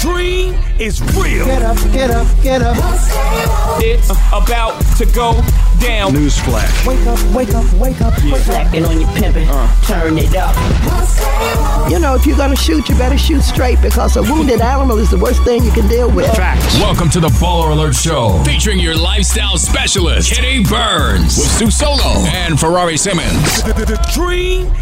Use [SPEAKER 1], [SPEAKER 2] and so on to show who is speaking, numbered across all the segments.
[SPEAKER 1] dream is real.
[SPEAKER 2] Get up, get up, get up.
[SPEAKER 1] It's about to go down. Newsflash.
[SPEAKER 2] Wake up, wake up, wake up. Wake up.
[SPEAKER 3] Slacking on your pimping, turn it up.
[SPEAKER 2] You know, if you're gonna shoot, you better shoot straight because a wounded animal is the worst thing you can deal with.
[SPEAKER 4] Welcome to the Baller Alert Show, featuring your lifestyle specialist, Kenny Burns, with Sue Solo and Ferrari Simmons.
[SPEAKER 1] The, the- the dream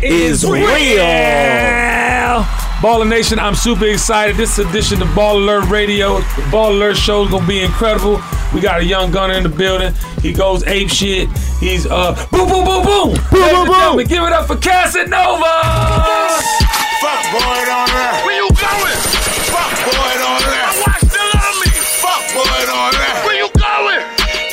[SPEAKER 5] Is
[SPEAKER 1] is, real.
[SPEAKER 5] real. Baller Nation, I'm super excited. This edition of Ball Alert Radio, the Ball Alert Show is gonna be incredible. We got a young gunner in the building. He goes ape shit. He's uh boom boom boom boom. Boom boom boom. Give it up for Casanova.
[SPEAKER 6] Fuck boy on that.
[SPEAKER 7] Where you going?
[SPEAKER 6] Fuck boy on that.
[SPEAKER 7] Watch the love me.
[SPEAKER 6] Fuck boy on that.
[SPEAKER 7] Where you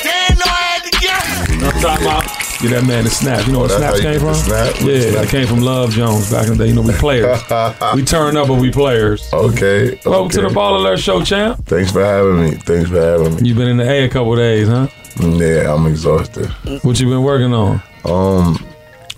[SPEAKER 7] going?
[SPEAKER 6] Damn, no, I had to get it.
[SPEAKER 5] You know what I'm talking about? Get that man the snap. You know where snaps
[SPEAKER 8] That's how you
[SPEAKER 5] came
[SPEAKER 8] get
[SPEAKER 5] from?
[SPEAKER 8] the snap?
[SPEAKER 5] Yeah,
[SPEAKER 8] Where's the snap?
[SPEAKER 5] it came from Love Jones back in the day. You know, we players. we turn up, but we players.
[SPEAKER 8] Okay.
[SPEAKER 5] Welcome
[SPEAKER 8] okay.
[SPEAKER 5] to the Ball Alert Show, champ.
[SPEAKER 8] Thanks for having me. Thanks for having me.
[SPEAKER 5] You've been in the A a couple days, huh?
[SPEAKER 8] Yeah, I'm exhausted.
[SPEAKER 5] What you been working on?
[SPEAKER 8] Um,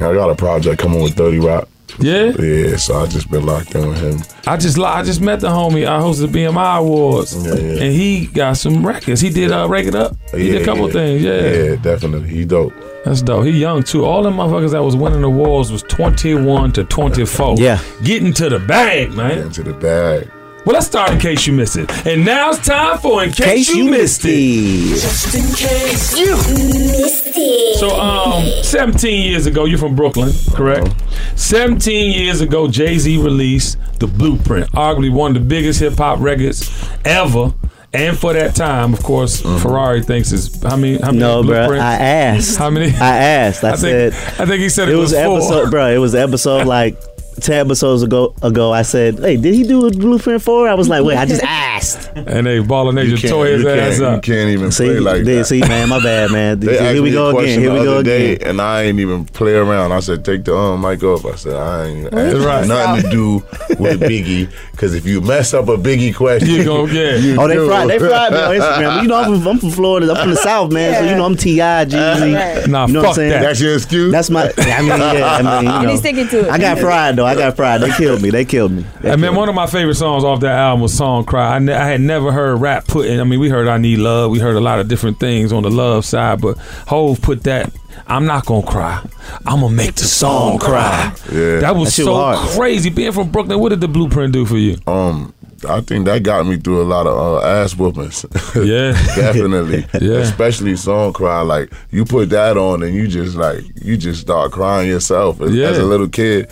[SPEAKER 8] I got a project coming with Thirty Rock.
[SPEAKER 5] Yeah,
[SPEAKER 8] Yeah, so I just been locked in with him.
[SPEAKER 5] I just li- I just met the homie. I hosted the BMI Awards,
[SPEAKER 8] Yeah, yeah.
[SPEAKER 5] and he got some records. He did uh, Rake It Up. He did a couple things. Yeah.
[SPEAKER 8] Yeah, definitely. He dope.
[SPEAKER 5] that's dope. He young too. All them motherfuckers that was winning awards was twenty one to twenty four.
[SPEAKER 9] Yeah.
[SPEAKER 5] getting to the bag, man.
[SPEAKER 8] Into the bag.
[SPEAKER 5] Well, let's start in case you missed it, and now it's time for in case, you, missed it. So, um, 17 years ago, you're from Brooklyn, correct?
[SPEAKER 9] Uh-huh.
[SPEAKER 5] 17 years ago, Jay Z released The Blueprint, arguably one of the biggest hip hop records ever. And for that time, of course, Ferrari thinks it's how many? How many
[SPEAKER 9] Uh-huh. No, bro.
[SPEAKER 5] blueprints?
[SPEAKER 9] I asked.
[SPEAKER 5] How many?
[SPEAKER 9] I asked. I,
[SPEAKER 5] think,
[SPEAKER 9] said.
[SPEAKER 5] I think he said it,
[SPEAKER 9] it was,
[SPEAKER 5] four.
[SPEAKER 9] episode, bro. It was episode like ten episodes ago. Ago, I said, "Hey, did he do a Blueprint 4? I was like, "Wait, I just asked."
[SPEAKER 5] And they balling they just tore his
[SPEAKER 8] you,
[SPEAKER 5] ass
[SPEAKER 8] can't,
[SPEAKER 5] up.
[SPEAKER 8] you can't even
[SPEAKER 9] See,
[SPEAKER 8] play like
[SPEAKER 9] did-
[SPEAKER 8] that.
[SPEAKER 9] see, man, my bad, man.
[SPEAKER 8] They asked
[SPEAKER 9] Here
[SPEAKER 8] me
[SPEAKER 9] we
[SPEAKER 8] a
[SPEAKER 9] go
[SPEAKER 8] question
[SPEAKER 9] again. Here
[SPEAKER 8] the
[SPEAKER 9] we go
[SPEAKER 8] other day,
[SPEAKER 9] again.
[SPEAKER 8] and I ain't even play around. I said, take the um mic off. I said, I ain't asking
[SPEAKER 5] Right.
[SPEAKER 8] nothing to do with Biggie, because if you mess up a Biggie question,
[SPEAKER 5] You go, yeah.
[SPEAKER 9] Oh, they
[SPEAKER 8] do.
[SPEAKER 9] fried, they fried me on Instagram. You know, I'm from, I'm from Florida. I'm from the South, man. So you know, I'm Ti Jeezy.
[SPEAKER 5] Nah,
[SPEAKER 9] You know what
[SPEAKER 5] fuck
[SPEAKER 9] I'm saying?
[SPEAKER 5] that.
[SPEAKER 8] That's your excuse.
[SPEAKER 9] That's my. I mean, yeah. I mean, you know.
[SPEAKER 10] he's sticking to it.
[SPEAKER 9] I got fried though. I got fried. They killed me. They killed me. They
[SPEAKER 5] And
[SPEAKER 9] killed
[SPEAKER 5] man,
[SPEAKER 9] me.
[SPEAKER 5] one of my favorite songs off that album was "Song Cry." I, ne- I had never heard rap put in. I mean, we heard "I Need Love," we heard a lot of different things on the love side, but Hove put that. I'm not gonna cry. I'm gonna make the song cry.
[SPEAKER 8] Yeah.
[SPEAKER 5] That was
[SPEAKER 9] That shit
[SPEAKER 5] so
[SPEAKER 9] was hard.
[SPEAKER 5] crazy. Being from Brooklyn, what did the blueprint do for you?
[SPEAKER 8] um, I think that got me through a lot of uh, ass whoopings.
[SPEAKER 5] Yeah.
[SPEAKER 8] definitely.
[SPEAKER 5] Yeah.
[SPEAKER 8] especially song cry. Like you put that on, and you just like you just start crying yourself as,
[SPEAKER 5] Yeah.
[SPEAKER 8] as a little kid.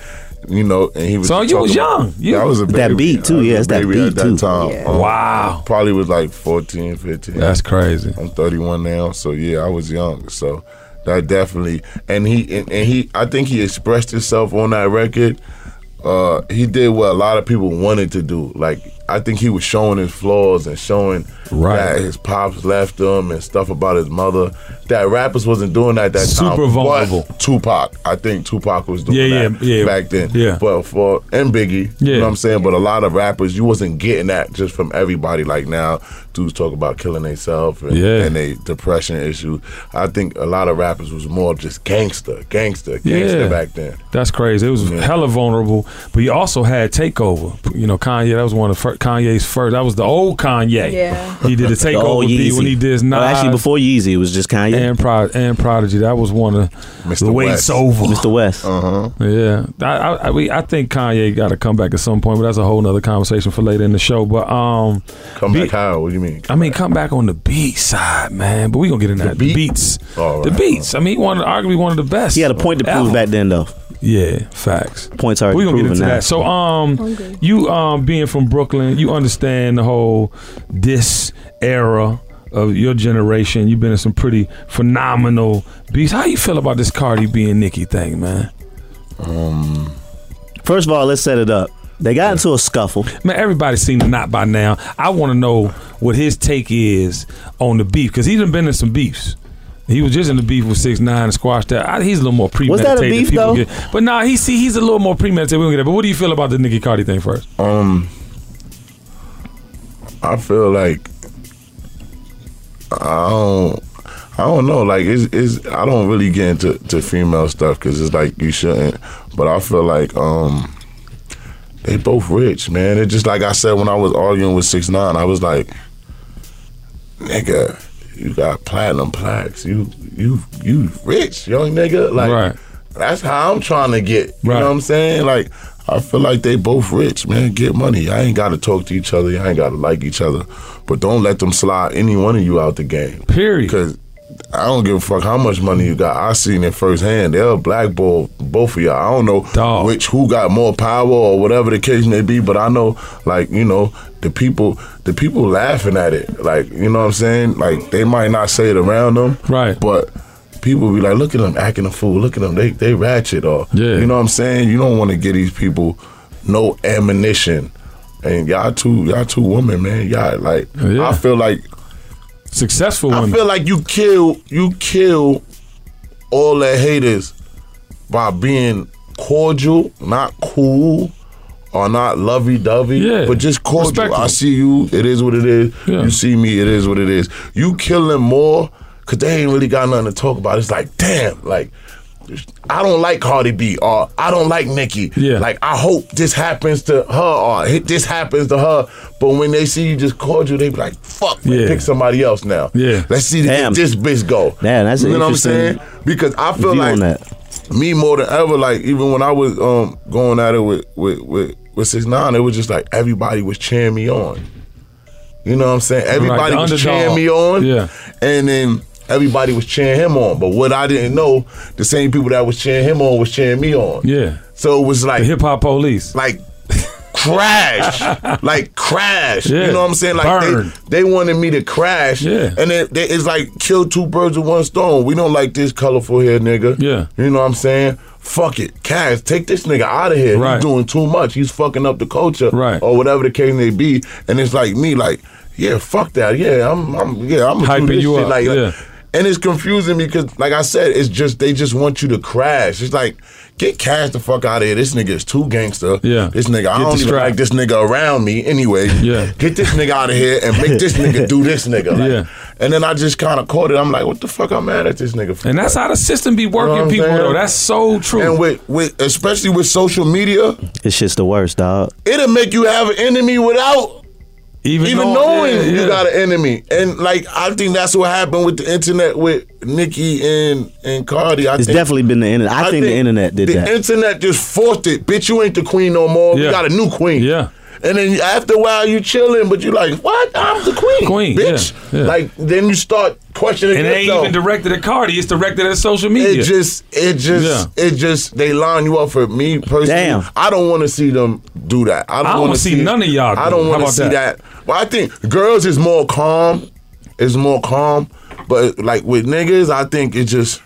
[SPEAKER 8] You know, and he was.
[SPEAKER 5] So you was
[SPEAKER 8] talking about-
[SPEAKER 5] young. You-
[SPEAKER 8] I was a baby.
[SPEAKER 9] That beat, too.
[SPEAKER 8] I was
[SPEAKER 9] Yeah,
[SPEAKER 8] a
[SPEAKER 9] it's that
[SPEAKER 8] baby
[SPEAKER 9] beat,
[SPEAKER 8] at that
[SPEAKER 9] too.
[SPEAKER 8] time. Um,
[SPEAKER 5] Wow,
[SPEAKER 8] Probably was like 14, 15.
[SPEAKER 5] that's crazy.
[SPEAKER 8] I'm 31 now, so yeah, I was young. So that definitely, and he and, and he, I think he expressed himself on that record. Uh, he did what a lot of people wanted to do. Like I think he was showing his flaws and showing
[SPEAKER 5] Right.
[SPEAKER 8] that his pops left him and stuff about his mother. That rappers wasn't doing that that time.
[SPEAKER 5] Super
[SPEAKER 8] but
[SPEAKER 5] vulnerable.
[SPEAKER 8] Tupac, I think Tupac was doing
[SPEAKER 5] Yeah,
[SPEAKER 8] that
[SPEAKER 5] yeah, yeah.
[SPEAKER 8] back then.
[SPEAKER 5] Yeah.
[SPEAKER 8] but for and Biggie,
[SPEAKER 5] Yeah.
[SPEAKER 8] you know what I'm saying? But a lot of rappers, you wasn't getting that just from everybody. Like now, dudes talk about killing themselves and,
[SPEAKER 5] Yeah.
[SPEAKER 8] and they depression issue. I think a lot of rappers was more just gangster, gangster, gangster
[SPEAKER 5] Yeah.
[SPEAKER 8] back then.
[SPEAKER 5] That's crazy. It was hella vulnerable, but you also had Takeover. You know, Kanye. That was one of the fir- Kanye's first. That was the old Kanye.
[SPEAKER 10] Yeah.
[SPEAKER 5] he did the
[SPEAKER 9] The old
[SPEAKER 5] Takeover beat
[SPEAKER 9] Oh, Yeezy.
[SPEAKER 5] when he did
[SPEAKER 9] Oh,
[SPEAKER 5] Nas.
[SPEAKER 9] actually, before Yeezy, it was just Kanye,
[SPEAKER 5] and Prod- and Prodigy. That was one of
[SPEAKER 8] Mr.
[SPEAKER 5] the wait's
[SPEAKER 8] West.
[SPEAKER 5] over.
[SPEAKER 9] Mr. West.
[SPEAKER 8] Uh-huh.
[SPEAKER 5] Yeah, I I, I, we, I think Kanye got to come back at some point, but that's a whole nother conversation for later in the show. But um,
[SPEAKER 8] Come
[SPEAKER 5] Be-
[SPEAKER 8] back how? What do you mean?
[SPEAKER 5] I mean, come back on the beat side, man. But we gonna get into that.
[SPEAKER 8] beat?
[SPEAKER 5] The beats,
[SPEAKER 8] All
[SPEAKER 5] the
[SPEAKER 8] right.
[SPEAKER 5] beats. I mean, he wanted arguably one of the best.
[SPEAKER 9] He had a point to prove
[SPEAKER 5] ever.
[SPEAKER 9] back then, though.
[SPEAKER 5] Yeah, facts.
[SPEAKER 9] Points already
[SPEAKER 5] We gonna get
[SPEAKER 9] proven
[SPEAKER 5] into
[SPEAKER 9] now.
[SPEAKER 5] that. So, um, you um being from Brooklyn, you understand the whole this era of your generation. You've been in some pretty phenomenal beats. How you feel about this Cardi B and Nicki thing, man?
[SPEAKER 9] First of all, let's set it up. They got into a scuffle.
[SPEAKER 5] Man, everybody's seen the knot by now. I want to know what his take is on the beef because he's done been in some beefs. He was just in the beef with six nine and squashed that. I, he's a little more premeditated.
[SPEAKER 9] that a
[SPEAKER 5] than
[SPEAKER 9] beef,
[SPEAKER 5] people
[SPEAKER 9] though?
[SPEAKER 5] Get. But nah, he see he's a little more premeditated. We don't get that. But what do you feel about the Nicki Cardi thing first?
[SPEAKER 8] Um, I feel like I don't. I don't know. Like it's, it's I don't really get into to female stuff because it's like you shouldn't. But I feel like um, they both rich, man. It's just like I said when I was arguing with Six Nine. I was like, nigga, you got platinum plaques. You you you rich, young nigga. Like
[SPEAKER 5] Right.
[SPEAKER 8] that's how I'm trying to get. You
[SPEAKER 5] Right.
[SPEAKER 8] know what I'm saying? Like I feel like they both rich, man. Get money. I ain't gotta talk to each other. I ain't gotta like each other. But don't let them slide any one of you out the game.
[SPEAKER 5] Period.
[SPEAKER 8] Because I don't give a fuck how much money you got. I seen it firsthand. They'll blackball both of y'all. I don't know
[SPEAKER 5] Dog.
[SPEAKER 8] which who got more power or whatever the case may be, but I know like you know the people the people laughing at it. Like you know what I'm saying. Like they might not say it around them,
[SPEAKER 5] Right.
[SPEAKER 8] But people be like, look at them acting a fool. Look at them. They they ratchet or
[SPEAKER 5] Yeah.
[SPEAKER 8] You know what I'm saying. You don't want to give these people no ammunition. And y'all two, y'all two women, man. Y'all like,
[SPEAKER 5] Yeah.
[SPEAKER 8] I feel like
[SPEAKER 5] Successful
[SPEAKER 8] I
[SPEAKER 5] women.
[SPEAKER 8] feel like you kill you kill all the haters by being cordial, not cool, or not lovey dovey.
[SPEAKER 5] Yeah,
[SPEAKER 8] But just cordial.
[SPEAKER 5] respectful.
[SPEAKER 8] I see you, it is what it is.
[SPEAKER 5] Yeah.
[SPEAKER 8] You see me, it is what it is. You kill them more cause they ain't really got nothing to talk about. It's like, damn, like I don't like Cardi B or I don't like Nicki.
[SPEAKER 5] Yeah.
[SPEAKER 8] Like I hope this happens to her or hit- this happens to her. But when they see you just cordial, they be like, fuck, man,
[SPEAKER 5] Yeah.
[SPEAKER 8] pick somebody else now.
[SPEAKER 5] Yeah.
[SPEAKER 8] Let's see
[SPEAKER 9] Damn.
[SPEAKER 8] this bitch go.
[SPEAKER 9] Damn, that's an
[SPEAKER 8] you know what I'm saying?
[SPEAKER 9] interesting
[SPEAKER 8] Because I feel
[SPEAKER 9] view on
[SPEAKER 8] like
[SPEAKER 9] that.
[SPEAKER 8] me more than ever, like even when I was um going at it with with with, with six nine, it was just like everybody was cheering me on. You know what I'm saying? Everybody
[SPEAKER 5] the
[SPEAKER 8] was
[SPEAKER 5] underdog.
[SPEAKER 8] cheering me on.
[SPEAKER 5] Yeah.
[SPEAKER 8] And then everybody was cheering him on. But what I didn't know, the same people that was cheering him on was cheering me on.
[SPEAKER 5] yeah.
[SPEAKER 8] So it was like
[SPEAKER 5] The hip hop police.
[SPEAKER 8] like crash, like crash.
[SPEAKER 5] Yeah.
[SPEAKER 8] You know what I'm saying? Like
[SPEAKER 5] Burn.
[SPEAKER 8] they, they wanted me to crash.
[SPEAKER 5] Yeah.
[SPEAKER 8] And it, they, it's like kill two birds with one stone. We don't like this colorful hair nigga.
[SPEAKER 5] Yeah.
[SPEAKER 8] You know what I'm saying? Fuck it, Cash. Take this nigga out of here.
[SPEAKER 5] Right.
[SPEAKER 8] He's doing too much. He's fucking up the culture.
[SPEAKER 5] Right.
[SPEAKER 8] Or whatever the case may be. And it's like me, like yeah, fuck that. Yeah, I'm, I'm yeah, I'm
[SPEAKER 5] Hyping
[SPEAKER 8] do this
[SPEAKER 5] you
[SPEAKER 8] shit.
[SPEAKER 5] up,
[SPEAKER 8] Like, like-
[SPEAKER 5] yeah.
[SPEAKER 8] and it's confusing because, like I said, it's just they just want you to crash. It's like get cash the fuck out of here. This nigga is too gangster.
[SPEAKER 5] Yeah.
[SPEAKER 8] This nigga, I
[SPEAKER 5] Get
[SPEAKER 8] don't even
[SPEAKER 5] distracted.
[SPEAKER 8] like this nigga around me anyway.
[SPEAKER 5] Yeah.
[SPEAKER 8] Get this nigga out of here and make this nigga do this nigga. Like,
[SPEAKER 5] Yeah.
[SPEAKER 8] And then I just kind of caught it. I'm like, what the fuck? I'm mad at this nigga for.
[SPEAKER 5] And that's how the system be working
[SPEAKER 8] You know what I'm
[SPEAKER 5] people
[SPEAKER 8] saying?
[SPEAKER 5] though. That's so true.
[SPEAKER 8] and with, with especially with social media,
[SPEAKER 9] It's just the worst, dog.
[SPEAKER 8] it'll make you have an enemy without even knowing
[SPEAKER 5] yeah,
[SPEAKER 8] you
[SPEAKER 5] yeah.
[SPEAKER 8] got an enemy. And like I think that's what happened with the internet with Nicki and and Cardi. I
[SPEAKER 9] It's
[SPEAKER 8] think,
[SPEAKER 9] definitely been the internet. I, think, the internet did
[SPEAKER 8] the
[SPEAKER 9] that.
[SPEAKER 8] internet just forced it. Bitch, you ain't the queen no more.
[SPEAKER 5] Yeah.
[SPEAKER 8] We got a new queen.
[SPEAKER 5] Yeah.
[SPEAKER 8] And then after a while, you chilling, but you like, what? I'm the queen,
[SPEAKER 5] Queen,
[SPEAKER 8] bitch.
[SPEAKER 5] yeah, yeah.
[SPEAKER 8] Like then you start questioning
[SPEAKER 5] And it ain't
[SPEAKER 8] yourself.
[SPEAKER 5] even directed at Cardi, it's directed at social
[SPEAKER 8] It
[SPEAKER 5] media.
[SPEAKER 8] just, it just,
[SPEAKER 5] Yeah.
[SPEAKER 8] it just, they line you up for me personally.
[SPEAKER 9] Damn.
[SPEAKER 8] I don't want to see them do that. I
[SPEAKER 5] I
[SPEAKER 8] don't
[SPEAKER 5] don't
[SPEAKER 8] want to
[SPEAKER 5] see none of y'all
[SPEAKER 8] I
[SPEAKER 5] do it.
[SPEAKER 8] don't
[SPEAKER 5] How
[SPEAKER 8] want to
[SPEAKER 5] about
[SPEAKER 8] see
[SPEAKER 5] that?
[SPEAKER 8] that? Well, I think girls is more calm, is more calm, but like with niggas, I think it just,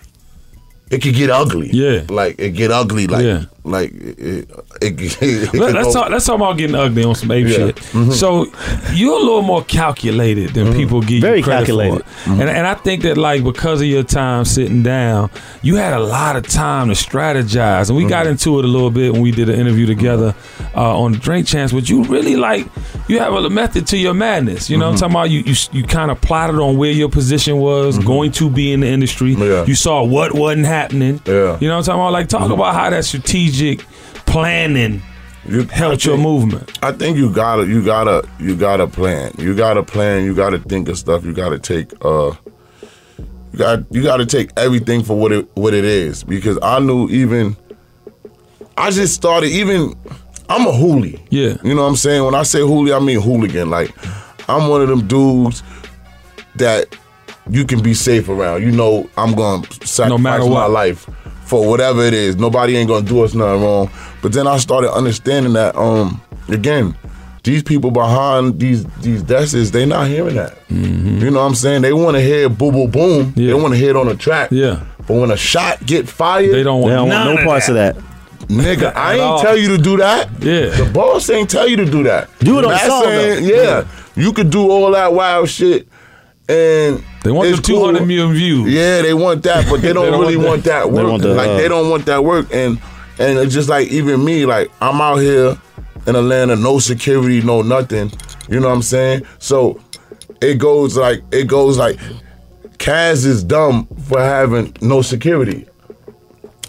[SPEAKER 8] it could get ugly.
[SPEAKER 5] Yeah.
[SPEAKER 8] Like it get ugly. Like,
[SPEAKER 5] Yeah.
[SPEAKER 8] like it, it, it,
[SPEAKER 5] Let,
[SPEAKER 8] it could
[SPEAKER 5] us
[SPEAKER 8] go-
[SPEAKER 5] talk. Let's talk about getting ugly on some ape
[SPEAKER 8] Yeah. Mm-hmm.
[SPEAKER 5] shit. So you're a little more calculated than people give
[SPEAKER 9] Very
[SPEAKER 5] you credit
[SPEAKER 9] calculated.
[SPEAKER 5] for.
[SPEAKER 8] Mm-hmm.
[SPEAKER 5] And and I think that like because of your time sitting down, you had a lot of time to strategize. And we got
[SPEAKER 8] Mm-hmm.
[SPEAKER 5] into it a little bit when we did an interview together uh, on Drink Chance. But you really like you have a method to your madness. You know
[SPEAKER 8] Mm-hmm.
[SPEAKER 5] what I'm talking about? You you, s- you kind of plotted on where your position was going to be in the industry.
[SPEAKER 8] Mm-hmm. Yeah.
[SPEAKER 5] You saw what wasn't happening.
[SPEAKER 8] Yeah. Mm-hmm.
[SPEAKER 5] You know what I'm talking about? Like talk about how that strategic planning
[SPEAKER 8] You-
[SPEAKER 5] helped your movement.
[SPEAKER 8] I think you gotta you gotta you gotta plan. You gotta plan, you gotta think of stuff, you gotta take uh you got you gotta take everything for what it what it is. Because I knew even I just started even I'm a hoolie.
[SPEAKER 5] Yeah.
[SPEAKER 8] You know what I'm saying? When I say hoolie, I mean hooligan. Like I'm one of them dudes that you can be safe around. You know I'm gonna sacrifice
[SPEAKER 5] matter
[SPEAKER 8] my
[SPEAKER 5] what.
[SPEAKER 8] life for whatever it is. Nobody ain't gonna do us nothing wrong. But then I started understanding that um again, these people behind these these desks, they not hearing that. You know what I'm saying? They wanna hear boo boo boom.
[SPEAKER 5] Mm-hmm. Yeah.
[SPEAKER 8] They wanna hear it on the track.
[SPEAKER 5] Yeah.
[SPEAKER 8] But when a shot get fired,
[SPEAKER 5] They don't want,
[SPEAKER 9] They don't
[SPEAKER 5] none
[SPEAKER 9] want no
[SPEAKER 5] of
[SPEAKER 9] parts
[SPEAKER 5] that.
[SPEAKER 9] of that.
[SPEAKER 8] Nigga,
[SPEAKER 5] At
[SPEAKER 8] I ain't
[SPEAKER 5] all.
[SPEAKER 8] tell you to do that.
[SPEAKER 5] Yeah.
[SPEAKER 8] The boss ain't tell you to do that.
[SPEAKER 9] Do it on
[SPEAKER 8] That's
[SPEAKER 9] the song,
[SPEAKER 8] saying,
[SPEAKER 9] though.
[SPEAKER 8] yeah, You could do all that wild shit and
[SPEAKER 5] They want
[SPEAKER 8] it's
[SPEAKER 5] the 200
[SPEAKER 8] cool.
[SPEAKER 5] million views.
[SPEAKER 8] Yeah, they want that, but they don't,
[SPEAKER 5] don't
[SPEAKER 8] really
[SPEAKER 5] want
[SPEAKER 8] want that, work.
[SPEAKER 9] want the,
[SPEAKER 8] like
[SPEAKER 9] uh,
[SPEAKER 8] they don't want that work and and it's just like even me, like I'm out here in Atlanta, no security, no nothing. You know what I'm saying? So it goes like it goes like Kaz is dumb for having no security.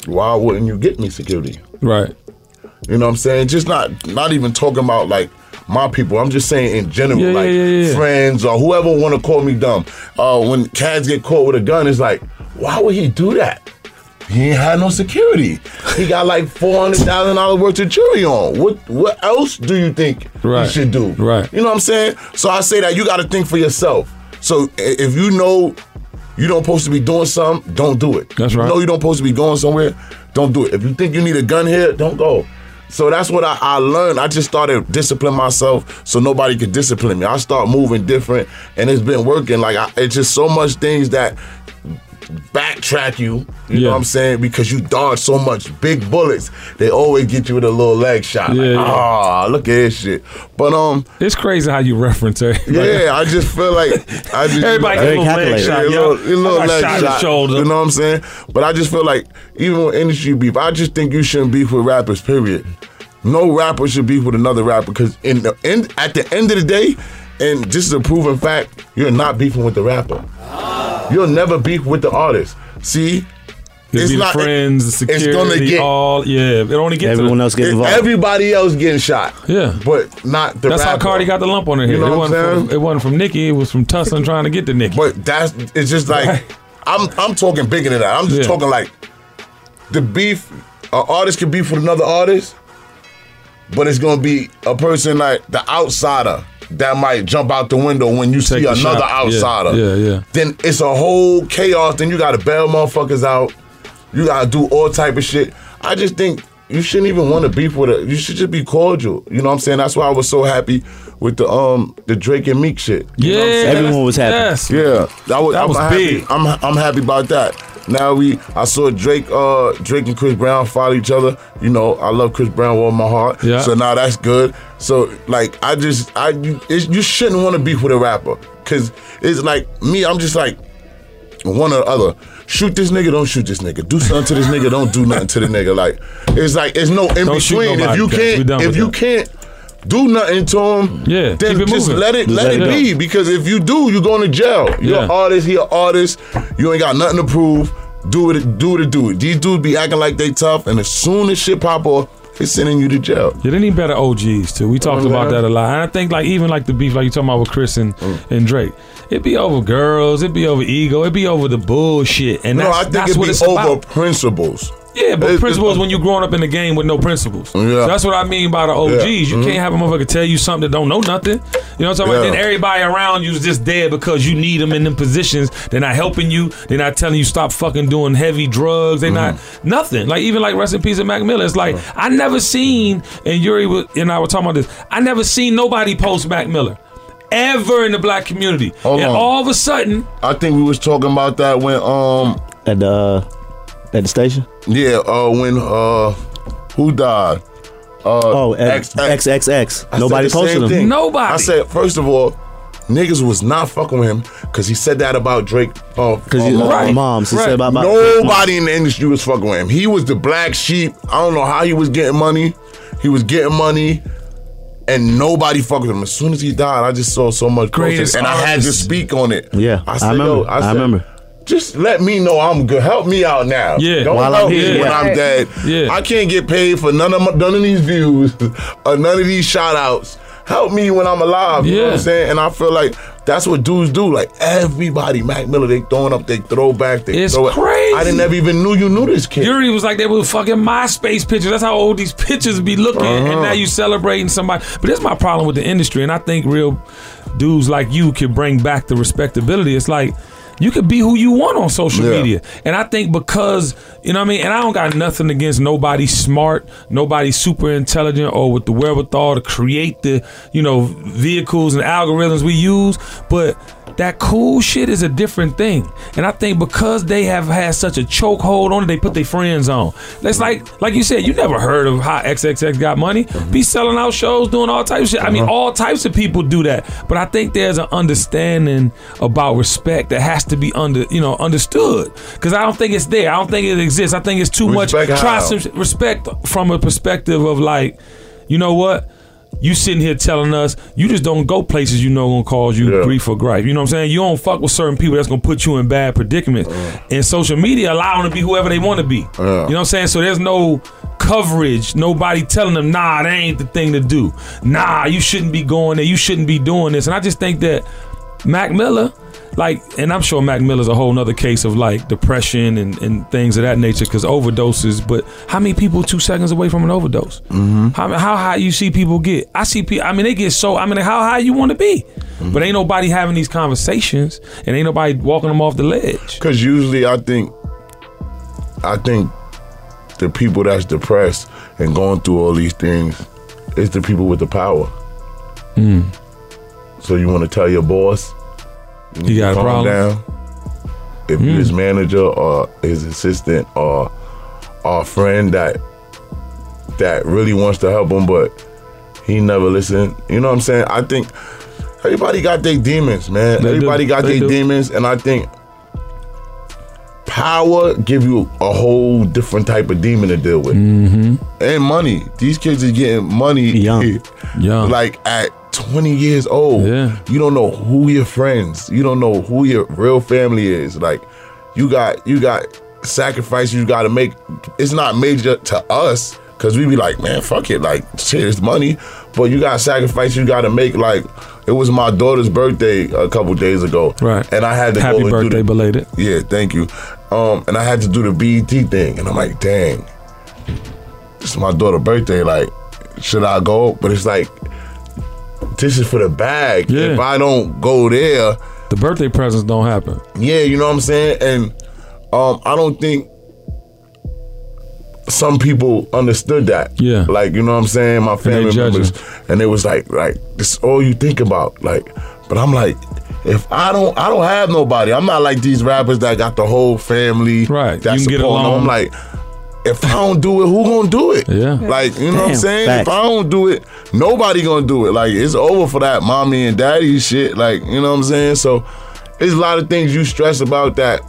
[SPEAKER 8] Why wouldn't you get me security?
[SPEAKER 5] Right.
[SPEAKER 8] You know what I'm saying? Just not not even talking about like my people. I'm just saying in general,
[SPEAKER 5] Yeah, yeah,
[SPEAKER 8] like
[SPEAKER 5] yeah, yeah.
[SPEAKER 8] friends or whoever want to call me dumb. Uh, when cats get caught with a gun, it's like, why would he do that? He ain't had no security. He got like four hundred thousand dollars worth of jury on. What what else do you think
[SPEAKER 5] Right.
[SPEAKER 8] he should do?
[SPEAKER 5] Right.
[SPEAKER 8] You know what I'm saying? So I say that you got to think for yourself. So i- if you know you don't supposed to be doing something, don't do it.
[SPEAKER 5] That's right.
[SPEAKER 8] You know you don't supposed to be going somewhere, don't do it. If you think you need a gun here, don't go. So that's what I, I learned. I just started discipline myself so nobody could discipline me. I start moving different, and it's been working. Like I, it's just so much things that backtrack you. You
[SPEAKER 5] Yeah.
[SPEAKER 8] know what I'm saying? Because you dodge so much big bullets, they always get you with a little leg shot.
[SPEAKER 5] Yeah,
[SPEAKER 8] like,
[SPEAKER 5] yeah.
[SPEAKER 8] ah, look at this shit. But um,
[SPEAKER 5] It's crazy how you reference it.
[SPEAKER 8] yeah, I just feel like I just
[SPEAKER 5] Everybody got a
[SPEAKER 9] Very
[SPEAKER 5] little leg
[SPEAKER 9] calculated.
[SPEAKER 5] shot.
[SPEAKER 8] yeah,
[SPEAKER 5] yo.
[SPEAKER 8] a little, a little
[SPEAKER 5] I got
[SPEAKER 8] leg
[SPEAKER 5] shot in the shoulder.
[SPEAKER 8] You know what I'm saying? But I just feel like even with industry beef, I just think you shouldn't beef with rappers. Period. No rapper should beef with another rapper because in the end, at the end of the day, and this is a proven fact, you're not beefing with the rapper. You'll never beef with the artist. See,
[SPEAKER 5] It'd
[SPEAKER 8] It's
[SPEAKER 5] be the
[SPEAKER 8] not-
[SPEAKER 5] friends, the
[SPEAKER 8] it's gonna
[SPEAKER 5] security,
[SPEAKER 8] get-
[SPEAKER 5] all yeah. It only gets
[SPEAKER 9] Everyone else get
[SPEAKER 8] it-
[SPEAKER 9] involved.
[SPEAKER 8] everybody else getting shot.
[SPEAKER 5] Yeah.
[SPEAKER 8] but not the.
[SPEAKER 5] That's how
[SPEAKER 8] rapper.
[SPEAKER 5] Cardi got the lump on her head.
[SPEAKER 8] You know
[SPEAKER 5] it,
[SPEAKER 8] what
[SPEAKER 5] wasn't
[SPEAKER 8] I'm
[SPEAKER 5] from,
[SPEAKER 8] saying?
[SPEAKER 5] it wasn't from Nicki. It was from Tussin trying to get to Nicki.
[SPEAKER 8] But that's it's just like
[SPEAKER 5] Right.
[SPEAKER 8] I'm I'm talking bigger than that. I'm just
[SPEAKER 5] Yeah.
[SPEAKER 8] talking like the beef. An artist can beef with another artist, but it's gonna be a person like the outsider that might jump out the window when you see
[SPEAKER 5] the shot.
[SPEAKER 8] another
[SPEAKER 5] Yeah,
[SPEAKER 8] outsider.
[SPEAKER 5] yeah, yeah.
[SPEAKER 8] Then it's a whole chaos. Then you gotta bail motherfuckers out. You gotta do all type of shit. I just think you shouldn't even want to beef with a. You should just be cordial. You know what I'm saying? That's why I was so happy with the um the Drake and Meek shit. You know what I'm
[SPEAKER 5] yeah,
[SPEAKER 8] saying?
[SPEAKER 9] Everyone was happy.
[SPEAKER 5] Yes.
[SPEAKER 8] Yeah, that was,
[SPEAKER 5] That
[SPEAKER 8] I'm
[SPEAKER 5] was
[SPEAKER 8] happy.
[SPEAKER 5] big.
[SPEAKER 8] I'm I'm happy about that. Now we, I saw Drake, uh, Drake and Chris Brown fight each other. You know, I love Chris Brown with all my heart.
[SPEAKER 5] Yeah.
[SPEAKER 8] So now that's good. So like, I just, I you, it, you shouldn't want to beef with a rapper, cause it's like me. I'm just like one or the other. Shoot this nigga, don't shoot this nigga. Do something to this nigga, don't do nothing to the nigga. Like it's like it's no in
[SPEAKER 5] Don't shoot
[SPEAKER 8] between. If
[SPEAKER 5] nobody,
[SPEAKER 8] you
[SPEAKER 5] cuz we
[SPEAKER 8] can't,
[SPEAKER 5] done
[SPEAKER 8] if
[SPEAKER 5] with
[SPEAKER 8] you
[SPEAKER 5] that.
[SPEAKER 8] can't do nothing to him,
[SPEAKER 5] Yeah,
[SPEAKER 8] then
[SPEAKER 5] keep it
[SPEAKER 8] just
[SPEAKER 5] moving.
[SPEAKER 8] let it let,
[SPEAKER 5] Let
[SPEAKER 8] it
[SPEAKER 5] it
[SPEAKER 8] be. Because if you do, you're going to jail. You're
[SPEAKER 5] Yeah.
[SPEAKER 8] an artist, he an artist. You ain't got nothing to prove. Do it, do it, do it. These dudes be acting like they tough, and as soon as shit pop off, they sending you to jail.
[SPEAKER 5] Yeah, they need better OGs too. We talked
[SPEAKER 8] Remember
[SPEAKER 5] about
[SPEAKER 8] that?
[SPEAKER 5] that a lot, and I think like even like the beef, like you talking about with Chris and,
[SPEAKER 8] Mm.
[SPEAKER 5] and Drake, it'd be over girls, it'd be over ego, it'd be over the bullshit, and
[SPEAKER 8] No,
[SPEAKER 5] that's,
[SPEAKER 8] I think
[SPEAKER 5] that's
[SPEAKER 8] it
[SPEAKER 5] what
[SPEAKER 8] be
[SPEAKER 5] it's
[SPEAKER 8] over
[SPEAKER 5] about.
[SPEAKER 8] principles.
[SPEAKER 5] Yeah, but
[SPEAKER 8] It-
[SPEAKER 5] principles
[SPEAKER 8] it-
[SPEAKER 5] when you're growing up in the game with no principles.
[SPEAKER 8] Yeah.
[SPEAKER 5] So that's what I mean by the OGs.
[SPEAKER 8] Yeah. Mm-hmm.
[SPEAKER 5] You can't have a motherfucker tell you something that don't know nothing. You know what I'm talking
[SPEAKER 8] Yeah.
[SPEAKER 5] about? Then everybody around you is just dead because you need them in them positions. They're not helping you. They're not telling you stop fucking doing heavy drugs. They're
[SPEAKER 8] Mm-hmm.
[SPEAKER 5] not nothing. Like even like rest in peace of Mac Miller. It's like I never seen and Yuri was, and I were talking about this. I never seen nobody post Mac Miller. Ever in the black community.
[SPEAKER 8] Hold
[SPEAKER 5] and
[SPEAKER 8] on.
[SPEAKER 5] all of a sudden,
[SPEAKER 8] I think we was talking about that when um
[SPEAKER 9] At the uh, at the station.
[SPEAKER 8] Yeah, uh, when uh, who died? Uh,
[SPEAKER 9] Oh, at XXX.
[SPEAKER 8] I
[SPEAKER 9] Nobody
[SPEAKER 8] said the same
[SPEAKER 9] posted
[SPEAKER 8] thing.
[SPEAKER 9] them.
[SPEAKER 5] Nobody.
[SPEAKER 8] I said first of all, niggas was not fucking with him because he said that about Drake. Uh,
[SPEAKER 9] Because
[SPEAKER 8] uh,
[SPEAKER 9] you
[SPEAKER 8] Mom.
[SPEAKER 5] Right.
[SPEAKER 9] moms. He said
[SPEAKER 5] Right.
[SPEAKER 9] about, about
[SPEAKER 8] Nobody in the industry was fucking with him. He was the black sheep. I don't know how he was getting money. He was getting money, and nobody fucked with him. As soon as he died, I just saw so much
[SPEAKER 5] Greatest
[SPEAKER 8] protest, and I had to
[SPEAKER 5] artist.
[SPEAKER 8] speak on it.
[SPEAKER 9] Yeah, I remember. I remember.
[SPEAKER 8] Just let me know I'm good. Help me out now.
[SPEAKER 5] Yeah.
[SPEAKER 8] Don't
[SPEAKER 9] While I'm
[SPEAKER 8] help me
[SPEAKER 5] here,
[SPEAKER 8] when
[SPEAKER 5] yeah.
[SPEAKER 8] I'm dead.
[SPEAKER 5] Yeah.
[SPEAKER 8] I can't get paid for none of my, none of these views or none of these shout outs. Help me when I'm alive. You know what
[SPEAKER 5] Yeah.
[SPEAKER 8] I'm saying? And I feel like that's what dudes do. Like everybody, Mac Miller, they throwing up, they throw back, they
[SPEAKER 5] It's
[SPEAKER 8] throw it.
[SPEAKER 5] crazy.
[SPEAKER 8] I didn't never even knew you knew this kid.
[SPEAKER 5] Yuri was like they were fucking MySpace pictures. That's how old these pictures be looking. And now you celebrating somebody. But this is my problem with the industry. And I think real dudes like you could bring back the respectability. It's like you could be who you want on social
[SPEAKER 8] Yeah.
[SPEAKER 5] media. And I think because, you know what I mean? And I don't got nothing against nobody smart, nobody super intelligent or with the wherewithal to create the, you know, vehicles and algorithms we use. But that cool shit is a different thing. And I think because they have had such a chokehold on it, they put their friends on. That's like, like you said, you never heard of how XXX got money. Be selling out shows, doing all types of shit. I mean,
[SPEAKER 8] Uh-huh.
[SPEAKER 5] all types of people do that. But I think there's an understanding about respect that has to be under, you know, understood. Because I don't think it's there. I don't think it exists. I think it's too much.
[SPEAKER 8] Respect
[SPEAKER 5] Try
[SPEAKER 8] how?
[SPEAKER 5] some sh- respect from a perspective of like, you know what? You sitting here telling us you just don't go places you know gonna cause you
[SPEAKER 8] Yeah.
[SPEAKER 5] grief or gripe. You know what I'm saying? You don't fuck with certain people that's gonna put you in bad predicaments. And social media allow them to be whoever they want to be. You know what I'm saying? So there's no coverage. Nobody telling them, nah, that ain't the thing to do. Nah, you shouldn't be going there. You shouldn't be doing this. And I just think that Mac Miller, like, and I'm sure Mac Miller's a whole nother case of like depression and, and things of that nature because overdoses. But how many people two seconds away from an overdose? Mm-hmm. How, how high you see people get? I see people. I mean, they get so. I mean, how high you want to be?
[SPEAKER 8] Mm-hmm.
[SPEAKER 5] But ain't nobody having these conversations, and ain't nobody walking them off the ledge.
[SPEAKER 8] Cause usually I think I think the people that's depressed and going through all these things is the people with the power.
[SPEAKER 5] Hmm.
[SPEAKER 8] So you wanna tell your boss you, need to
[SPEAKER 5] got a
[SPEAKER 8] calm
[SPEAKER 5] problem? Hmm.
[SPEAKER 8] down. If you his manager or his assistant or or friend that that really wants to help him but he never listened. You know what I'm saying? I think everybody got their demons, man.
[SPEAKER 5] They do.
[SPEAKER 8] everybody got
[SPEAKER 5] They
[SPEAKER 8] their
[SPEAKER 5] do.
[SPEAKER 8] demons and I think power give you a whole different type of demon to deal with. Mm-hmm. And money. These kids is getting money
[SPEAKER 9] Young.
[SPEAKER 5] Young.
[SPEAKER 8] like at 20 years old.
[SPEAKER 5] Yeah.
[SPEAKER 8] You don't know who your friends, you don't know who your real family is. Like you got you got sacrifice you gotta make. It's not major to us, cause we be like, man, fuck it, like shit, it's money. But you got sacrifice you gotta make like it was my daughter's birthday a couple days ago.
[SPEAKER 5] Right.
[SPEAKER 8] And I had to
[SPEAKER 5] Happy
[SPEAKER 8] go and
[SPEAKER 5] birthday,
[SPEAKER 8] do the,
[SPEAKER 5] belated.
[SPEAKER 8] yeah, thank you. Um, and I had to do the BET thing, and I'm like, dang, it's my daughter's birthday. Like, should I go? But it's like, this is for the bag.
[SPEAKER 5] Yeah.
[SPEAKER 8] If I don't go there,
[SPEAKER 5] The birthday presents don't happen.
[SPEAKER 8] yeah, you know what I'm saying. And um, I don't think some people understood that.
[SPEAKER 5] Yeah.
[SPEAKER 8] like you know what I'm saying. My
[SPEAKER 5] they
[SPEAKER 8] family
[SPEAKER 5] judging.
[SPEAKER 8] members, and it was like, like this is all you think about. Like, but I'm like. If I don't, I don't have nobody. I'm not like these rappers that got the whole family.
[SPEAKER 5] Right.
[SPEAKER 8] That
[SPEAKER 5] You can get
[SPEAKER 8] support them.
[SPEAKER 5] along.
[SPEAKER 8] I'm like, if I don't do it, who gonna do it?
[SPEAKER 5] Yeah.
[SPEAKER 8] Like, you know what I'm
[SPEAKER 9] Damn,
[SPEAKER 8] saying?
[SPEAKER 9] facts.
[SPEAKER 8] If I don't do it, nobody gonna do it. Like, it's over for that mommy and daddy shit. Like, you know what I'm saying? So, there's a lot of things you stress about that.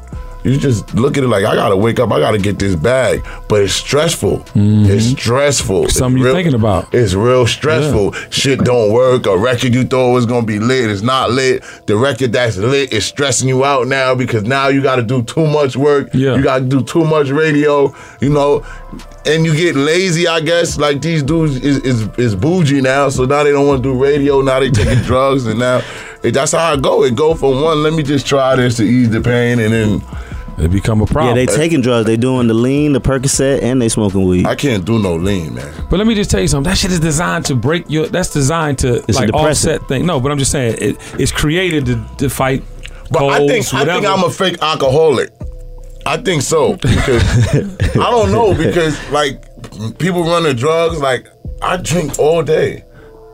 [SPEAKER 8] You just look at it like I gotta wake up, I gotta get this bag, but it's stressful. It's stressful.
[SPEAKER 5] Mm-hmm. Something
[SPEAKER 8] It's
[SPEAKER 5] you
[SPEAKER 8] real-
[SPEAKER 5] thinking about.
[SPEAKER 8] It's real stressful. Shit don't work. A record you thought was gonna be lit is not lit. The record that's lit is stressing you out now because now you gotta do too much work.
[SPEAKER 5] Yeah.
[SPEAKER 8] You gotta do too much radio, you know. And you get lazy, I guess. Like these dudes is is, is bougie now, so now they don't want to do radio. Now they taking drugs, and now it, that's how I go. It go from one. Let me just try this to ease the pain, and then
[SPEAKER 5] It become a
[SPEAKER 9] Yeah,
[SPEAKER 5] problem.
[SPEAKER 9] they taking drugs. They doing the lean, the Percocet, and they smoking weed.
[SPEAKER 8] I can't do no lean, man.
[SPEAKER 5] But let me just tell you something. That shit is designed to break your. That's designed to
[SPEAKER 9] a
[SPEAKER 5] like
[SPEAKER 9] depressant.
[SPEAKER 5] offset thing. No, but I'm just saying it, it's created to, to fight
[SPEAKER 8] But I
[SPEAKER 5] colds,
[SPEAKER 8] think I
[SPEAKER 5] whatever.
[SPEAKER 8] think I'm a fake alcoholic. I think so because I don't know because like people run to drugs. Like I drink all day.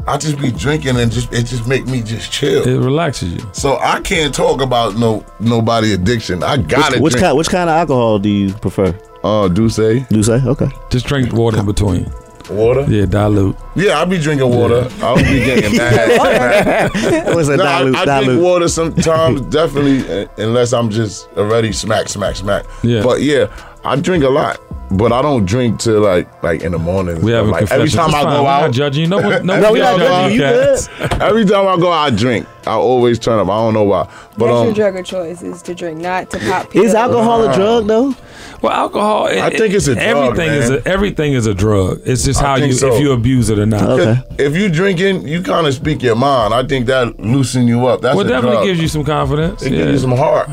[SPEAKER 8] I just be drinking and just it just make me just chill.
[SPEAKER 5] it relaxes you.
[SPEAKER 8] So I can't talk about no nobody addiction. I got
[SPEAKER 9] Which,
[SPEAKER 8] it.
[SPEAKER 9] which kind? Which kind of alcohol do you prefer?
[SPEAKER 8] Uh, do say
[SPEAKER 9] Do you say okay?
[SPEAKER 5] Just drink water in between.
[SPEAKER 8] water? Yeah,
[SPEAKER 5] Yeah, dilute.
[SPEAKER 8] I be drinking water. I will be getting that.
[SPEAKER 9] What's a
[SPEAKER 8] no, I,
[SPEAKER 9] dilute?
[SPEAKER 8] I drink
[SPEAKER 9] dilute.
[SPEAKER 8] water sometimes, definitely, uh, unless I'm just already smack, smack, smack.
[SPEAKER 5] Yeah.
[SPEAKER 8] But yeah, I drink a lot, but I don't drink till like like in the morning.
[SPEAKER 5] We have a
[SPEAKER 8] like, every
[SPEAKER 5] confession.
[SPEAKER 8] time
[SPEAKER 5] It's
[SPEAKER 8] I
[SPEAKER 5] fine.
[SPEAKER 8] go
[SPEAKER 5] We're not
[SPEAKER 8] out,
[SPEAKER 5] judging you. No one, no,
[SPEAKER 9] No,
[SPEAKER 5] one
[SPEAKER 9] we not
[SPEAKER 5] judging
[SPEAKER 9] judging you.
[SPEAKER 5] you.
[SPEAKER 9] Good.
[SPEAKER 5] cats.
[SPEAKER 8] every time I go out, I drink. I always turn up. I don't know why, but
[SPEAKER 10] That's your
[SPEAKER 8] um,
[SPEAKER 10] drug of choice is to drink, not to pop pills.
[SPEAKER 9] Is alcohol a drug though?
[SPEAKER 5] Well, alcohol. It,
[SPEAKER 8] I think it's a drug,
[SPEAKER 5] everything is
[SPEAKER 8] man.
[SPEAKER 5] a, everything is a drug. It's just
[SPEAKER 8] I
[SPEAKER 5] how
[SPEAKER 8] think
[SPEAKER 5] you
[SPEAKER 8] so.
[SPEAKER 5] if you abuse it or not.
[SPEAKER 9] Okay.
[SPEAKER 8] if you drinking, you kind of speak your mind. I think that loosen you up. That's
[SPEAKER 5] Well,
[SPEAKER 8] a
[SPEAKER 5] definitely
[SPEAKER 8] drug.
[SPEAKER 5] gives you some confidence.
[SPEAKER 8] It
[SPEAKER 5] yeah.
[SPEAKER 8] give you some heart.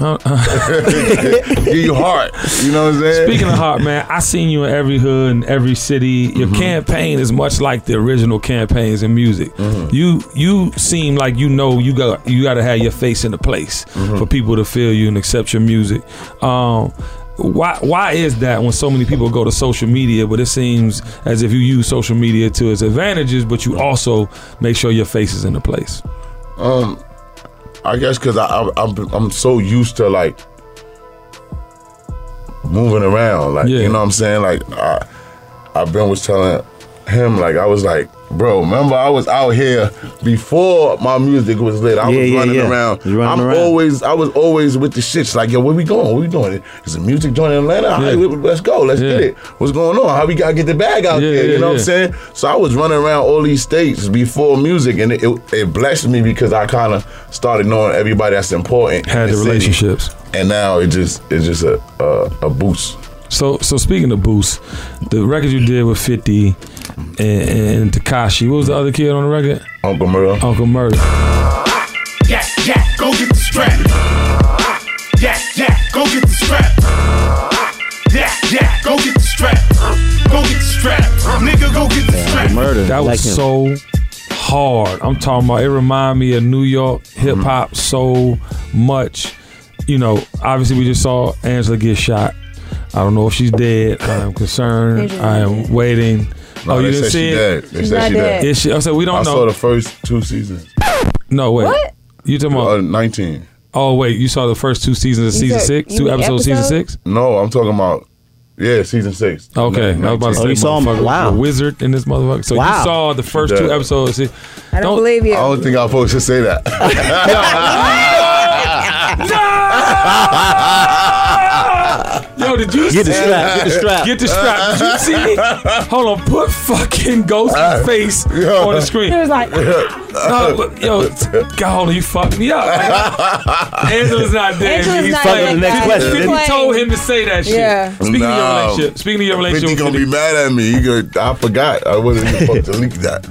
[SPEAKER 8] give you heart. You know what I'm saying?
[SPEAKER 5] Speaking of heart, man, I seen you in every hood and every city. Your campaign is much like the original campaigns in music. You you seem like you know you got you got to have your face in the place for people to feel you and accept your music. Um, why why is that when so many people go to social media, but it seems as if you use social media to its advantages, but you also make sure your face is in the place.
[SPEAKER 8] Um, I guess because I, I I'm I'm so used to like moving around, like
[SPEAKER 5] Yeah.
[SPEAKER 8] you know what I'm saying. Like I, I've been was telling him, like I was like, bro, remember I was out here before my music was lit. I
[SPEAKER 9] Yeah,
[SPEAKER 8] was
[SPEAKER 9] yeah,
[SPEAKER 8] running
[SPEAKER 9] yeah.
[SPEAKER 8] around.
[SPEAKER 9] You running
[SPEAKER 8] I'm
[SPEAKER 9] around.
[SPEAKER 8] always I was always with the shits. Like yo, where we going? What we doing? Is the music joint in Atlanta? All right,
[SPEAKER 5] Yeah.
[SPEAKER 8] we- let's go. Let's
[SPEAKER 5] Yeah.
[SPEAKER 8] get it. What's going on? How we gotta get the bag out
[SPEAKER 5] Yeah,
[SPEAKER 8] there? You
[SPEAKER 5] yeah,
[SPEAKER 8] know what I'm
[SPEAKER 5] yeah.
[SPEAKER 8] saying? saying? So I was running around all these states before music, and it, it, it blessed me because I kind of started knowing everybody that's important. in
[SPEAKER 5] Had the
[SPEAKER 8] city.
[SPEAKER 5] relationships.
[SPEAKER 8] and now it just it's just a a, a boost.
[SPEAKER 5] So so speaking of Boost, the record you did with Fifty and, and Takashi, what was the other kid on the record?
[SPEAKER 8] Uncle Murder.
[SPEAKER 5] Uncle Murder.
[SPEAKER 6] Yeah, yeah, go get the strap. Yeah, yeah, go get the strap. Yeah, yeah, go get the strap. Go get the strap. Nigga, go get the strap.
[SPEAKER 5] That was so hard. I'm talking about. It reminded me of New York hip hop so much. You know, obviously we just saw Angela get shot. I don't know if she's dead. I am concerned.
[SPEAKER 10] Angela's
[SPEAKER 5] I am waiting.
[SPEAKER 8] No,
[SPEAKER 5] oh, you
[SPEAKER 8] they
[SPEAKER 5] didn't
[SPEAKER 8] said
[SPEAKER 5] see it?
[SPEAKER 8] she dead. They
[SPEAKER 10] She's
[SPEAKER 8] said
[SPEAKER 10] not
[SPEAKER 8] she
[SPEAKER 10] dead.
[SPEAKER 5] Is she- I said we don't
[SPEAKER 8] I saw
[SPEAKER 5] know.
[SPEAKER 8] the first two seasons.
[SPEAKER 5] no wait.
[SPEAKER 10] What?
[SPEAKER 5] You talking about?
[SPEAKER 8] Uh, Nineteen.
[SPEAKER 5] oh wait, you saw the first two seasons of
[SPEAKER 10] You
[SPEAKER 5] season
[SPEAKER 10] said-
[SPEAKER 5] six,
[SPEAKER 10] you
[SPEAKER 5] two
[SPEAKER 10] mean
[SPEAKER 5] episodes of season
[SPEAKER 10] episode?
[SPEAKER 5] six.
[SPEAKER 8] No, I'm talking about yeah, season six.
[SPEAKER 5] Okay, I was about to say,
[SPEAKER 9] Oh, you saw him.
[SPEAKER 5] motherfucker,
[SPEAKER 9] Wow.
[SPEAKER 5] the wizard in this motherfucker. So you
[SPEAKER 9] Wow.
[SPEAKER 5] saw the first two
[SPEAKER 8] Yeah.
[SPEAKER 5] episodes. Of se-
[SPEAKER 10] I don't, believe you.
[SPEAKER 8] I don't Oh. think I'm supposed to say that.
[SPEAKER 5] Yo, did you
[SPEAKER 9] Get the
[SPEAKER 5] see-
[SPEAKER 9] strap. Get the strap.
[SPEAKER 5] Get the strap. Did you see it? Hold on. Put fucking Ghost's face on the screen.
[SPEAKER 10] He was like,
[SPEAKER 5] No, but, yo, God, he fucked me up. Angela's not dead.
[SPEAKER 10] Angela's
[SPEAKER 5] He's
[SPEAKER 10] not
[SPEAKER 5] fucking-
[SPEAKER 10] dead,
[SPEAKER 9] the next
[SPEAKER 10] guys.
[SPEAKER 9] question.
[SPEAKER 10] He's
[SPEAKER 5] Fifty
[SPEAKER 10] playing.
[SPEAKER 5] told him to say that shit.
[SPEAKER 10] Yeah.
[SPEAKER 5] Speaking of your
[SPEAKER 8] No.
[SPEAKER 5] relationship, speaking of your relationship,
[SPEAKER 8] Fifty
[SPEAKER 5] with
[SPEAKER 8] gonna be
[SPEAKER 5] Fifty-
[SPEAKER 8] mad at me. He gonna, I forgot. I wasn't even supposed to leak that.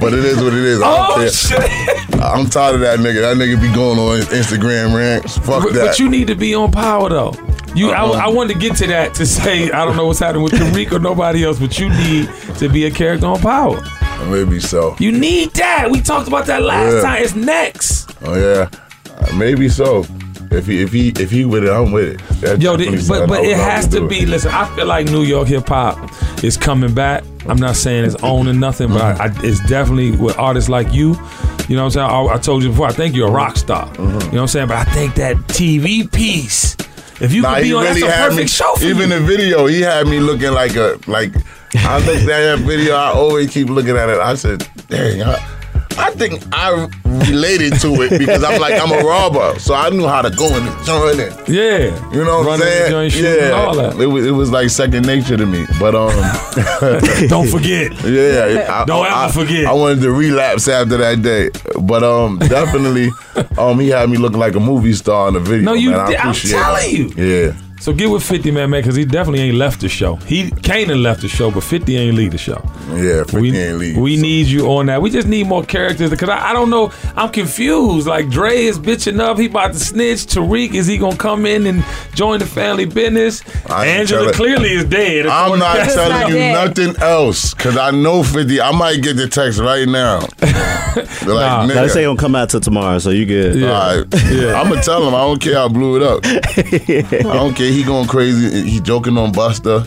[SPEAKER 8] But it is what it is. I don't
[SPEAKER 5] oh
[SPEAKER 8] care.
[SPEAKER 5] shit!
[SPEAKER 8] I'm tired of that nigga. That nigga be going on his Instagram rants. Fuck
[SPEAKER 5] But,
[SPEAKER 8] that. Uh-huh.
[SPEAKER 5] but you need to be on power though. You, I, I wanted to get to that to say I don't know what's happening with Tariq or nobody else, but you need to be a character on power.
[SPEAKER 8] Uh, Maybe so.
[SPEAKER 5] You need that. We talked about that last
[SPEAKER 8] Yeah.
[SPEAKER 5] time. It's next.
[SPEAKER 8] Oh yeah. Uh, Maybe so. If he if he if he with it, I'm with it. That's
[SPEAKER 5] Yo,
[SPEAKER 8] definitely
[SPEAKER 5] th- but
[SPEAKER 8] something I
[SPEAKER 5] but
[SPEAKER 8] would
[SPEAKER 5] it
[SPEAKER 8] love
[SPEAKER 5] has to
[SPEAKER 8] do.
[SPEAKER 5] be. Listen, I feel like New York hip hop is coming back. I'm not saying
[SPEAKER 8] Mm-hmm.
[SPEAKER 5] it's owning nothing, but I, I, it's definitely with artists like you. You know what I'm saying? I, I told you before. I think you're a rock star.
[SPEAKER 8] Mm-hmm.
[SPEAKER 5] You know what I'm saying? But I think that TV piece, if you
[SPEAKER 8] Nah,
[SPEAKER 5] could
[SPEAKER 8] he
[SPEAKER 5] be on,
[SPEAKER 8] really
[SPEAKER 5] that's a
[SPEAKER 8] had
[SPEAKER 5] perfect
[SPEAKER 8] me.
[SPEAKER 5] show for
[SPEAKER 8] even
[SPEAKER 5] you.
[SPEAKER 8] the video, he had me looking like a like. I looked at that video. I always keep looking at it. I said, "Dang, I, I think I related to it because I'm like I'm a robber, so I knew how to go in the joint. and-
[SPEAKER 5] yeah,
[SPEAKER 8] You know
[SPEAKER 5] Running
[SPEAKER 8] what I'm
[SPEAKER 5] the
[SPEAKER 8] saying?
[SPEAKER 5] joint, shooting,
[SPEAKER 8] yeah,
[SPEAKER 5] all that.
[SPEAKER 8] It was, it was like second nature to me. But um,
[SPEAKER 5] Don't forget.
[SPEAKER 8] yeah, I,
[SPEAKER 5] Don't ever
[SPEAKER 8] I,
[SPEAKER 5] forget.
[SPEAKER 8] I wanted to relapse after that day, but um, definitely, um, he had me looking like a movie star in the video.
[SPEAKER 5] No, you
[SPEAKER 8] man. I
[SPEAKER 5] did- I'm
[SPEAKER 8] appreciate
[SPEAKER 5] telling
[SPEAKER 8] it.
[SPEAKER 5] you.
[SPEAKER 8] Yeah.
[SPEAKER 5] So get with 50 man, man, because he definitely ain't left the show. He Kanan left the show, but 50 ain't leave the show.
[SPEAKER 8] Yeah, 50
[SPEAKER 5] We,
[SPEAKER 8] ain't leave.
[SPEAKER 5] we need you on that. We just need more characters because I, I don't know. I'm confused. Like Dre is bitching up. He about to snitch. Tariq is he gonna come in and join the family business?
[SPEAKER 8] I ain't
[SPEAKER 5] Angela
[SPEAKER 8] telling-
[SPEAKER 5] clearly is dead.
[SPEAKER 8] I'm not
[SPEAKER 10] That's
[SPEAKER 8] telling
[SPEAKER 10] not
[SPEAKER 8] you
[SPEAKER 10] it.
[SPEAKER 8] nothing else because I know 50. I might get the text right now. They're
[SPEAKER 5] Nah.
[SPEAKER 8] like,
[SPEAKER 9] Now, this
[SPEAKER 8] nigga.
[SPEAKER 9] ain't gonna come out till tomorrow, so you good.
[SPEAKER 5] Yeah.
[SPEAKER 8] I'm gonna tell him I don't care. I blew it up. I don't care. He going crazy. He joking on Buster.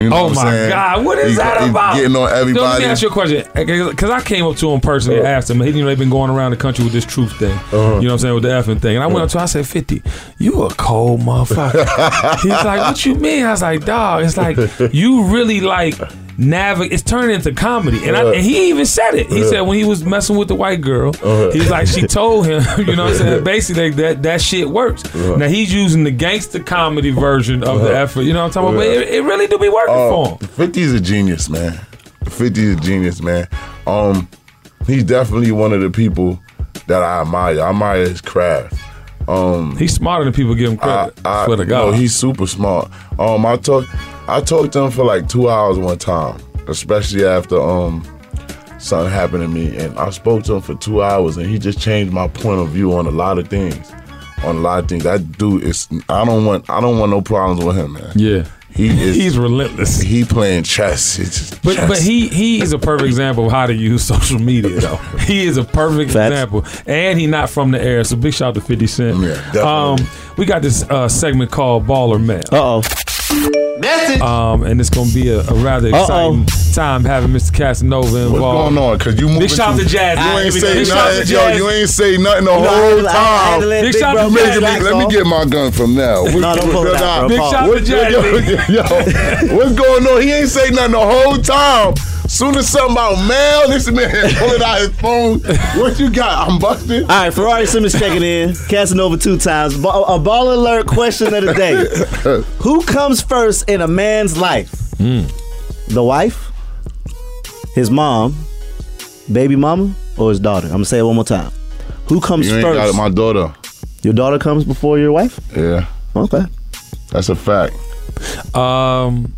[SPEAKER 8] You know
[SPEAKER 5] oh
[SPEAKER 8] what I'm
[SPEAKER 5] my
[SPEAKER 8] saying?
[SPEAKER 5] God, what is
[SPEAKER 8] He-
[SPEAKER 5] that
[SPEAKER 8] he
[SPEAKER 5] about?
[SPEAKER 8] Getting on
[SPEAKER 5] Yo, let
[SPEAKER 8] everybody.
[SPEAKER 5] me ask you a question, because I came up to him personally
[SPEAKER 8] Uh-huh.
[SPEAKER 5] and asked him. He, you know, they've been going around the country with this truth thing. You know what I'm saying with the effing thing. And I went up to him, I said, "50, you a cold motherfucker." He's like, "What you mean?" I was like, "Dog, it's like you really like." navigate. It's turning into comedy, and, I,
[SPEAKER 8] Uh-huh.
[SPEAKER 6] Yeah.
[SPEAKER 5] and he even said it. He
[SPEAKER 6] Yeah.
[SPEAKER 5] said when he was messing with the white girl,
[SPEAKER 6] Uh-huh.
[SPEAKER 5] he was like, she told him, you know, what I'm saying basically that that shit works.
[SPEAKER 6] Yeah.
[SPEAKER 5] Now he's using the gangster comedy version of the
[SPEAKER 8] Uh-huh.
[SPEAKER 5] effort. You know what I'm talking about?
[SPEAKER 8] Yeah.
[SPEAKER 5] But it, it really do be working for him.
[SPEAKER 8] 50's Uh, a genius, man. 50's a genius, man. Um, he's definitely one of the people that I admire. I admire his craft. Um,
[SPEAKER 5] he's smarter than people give him
[SPEAKER 8] credit. I,
[SPEAKER 5] swear to
[SPEAKER 8] you know,
[SPEAKER 5] God.
[SPEAKER 8] he's super smart. Um, I talked, I talked to him for like two hours one time, especially after um something happened to me, and I spoke to him for two hours, and he just changed my point of view on a lot of things. On a lot of things, that dude is. I don't want. I don't want no problems with him, man.
[SPEAKER 5] Yeah.
[SPEAKER 8] He is.
[SPEAKER 5] He's relentless.
[SPEAKER 8] He playing chess. It's just
[SPEAKER 5] But
[SPEAKER 8] chess.
[SPEAKER 5] but he he is a perfect example of how to use social media though. He is a perfect example, and he not from the air. So big shout out to Fifty Cent. Yeah,
[SPEAKER 8] definitely.
[SPEAKER 5] Um, we got this uh, segment called Baller Man. Uh oh. Message. Um, and it's gonna be a, a rather
[SPEAKER 8] Uh-oh.
[SPEAKER 5] exciting time having Mr. Casanova involved.
[SPEAKER 8] What's going on? Cause you moving
[SPEAKER 5] Big shout out to
[SPEAKER 8] too-
[SPEAKER 5] Jazz.
[SPEAKER 8] You
[SPEAKER 5] man.
[SPEAKER 8] ain't
[SPEAKER 5] Big
[SPEAKER 8] say
[SPEAKER 5] shout out to
[SPEAKER 8] nothing, yo.
[SPEAKER 5] Jazz.
[SPEAKER 8] You ain't say nothing the
[SPEAKER 5] No, I
[SPEAKER 8] whole
[SPEAKER 5] had to- I had
[SPEAKER 8] time.
[SPEAKER 5] to let Big Big shout out
[SPEAKER 8] Bro,
[SPEAKER 5] to
[SPEAKER 8] make
[SPEAKER 5] Jazz
[SPEAKER 8] it-
[SPEAKER 5] back
[SPEAKER 8] Let
[SPEAKER 5] off.
[SPEAKER 8] me get my gun from now.
[SPEAKER 5] No, don't pull it out, bro. Big Pause. shout out to
[SPEAKER 8] What-
[SPEAKER 5] Jazz,
[SPEAKER 8] yo,
[SPEAKER 5] B.
[SPEAKER 8] yo, what's going on? He ain't say nothing the whole time. Soon as something about mail, this man pulling out his phone. What you got? I'm busted. All
[SPEAKER 9] right, Ferrari Simmons checking in. Casanova two times. Ba- a ball alert question of the day: Who comes first in a man's life?
[SPEAKER 8] Hmm.
[SPEAKER 9] The wife, his mom, baby mama, or his daughter? I'm gonna say it one more time. Who comes
[SPEAKER 8] You ain't
[SPEAKER 9] first?
[SPEAKER 8] got it, my daughter.
[SPEAKER 9] Your daughter comes before your wife.
[SPEAKER 8] Yeah.
[SPEAKER 9] Okay.
[SPEAKER 8] That's a fact.
[SPEAKER 5] Um,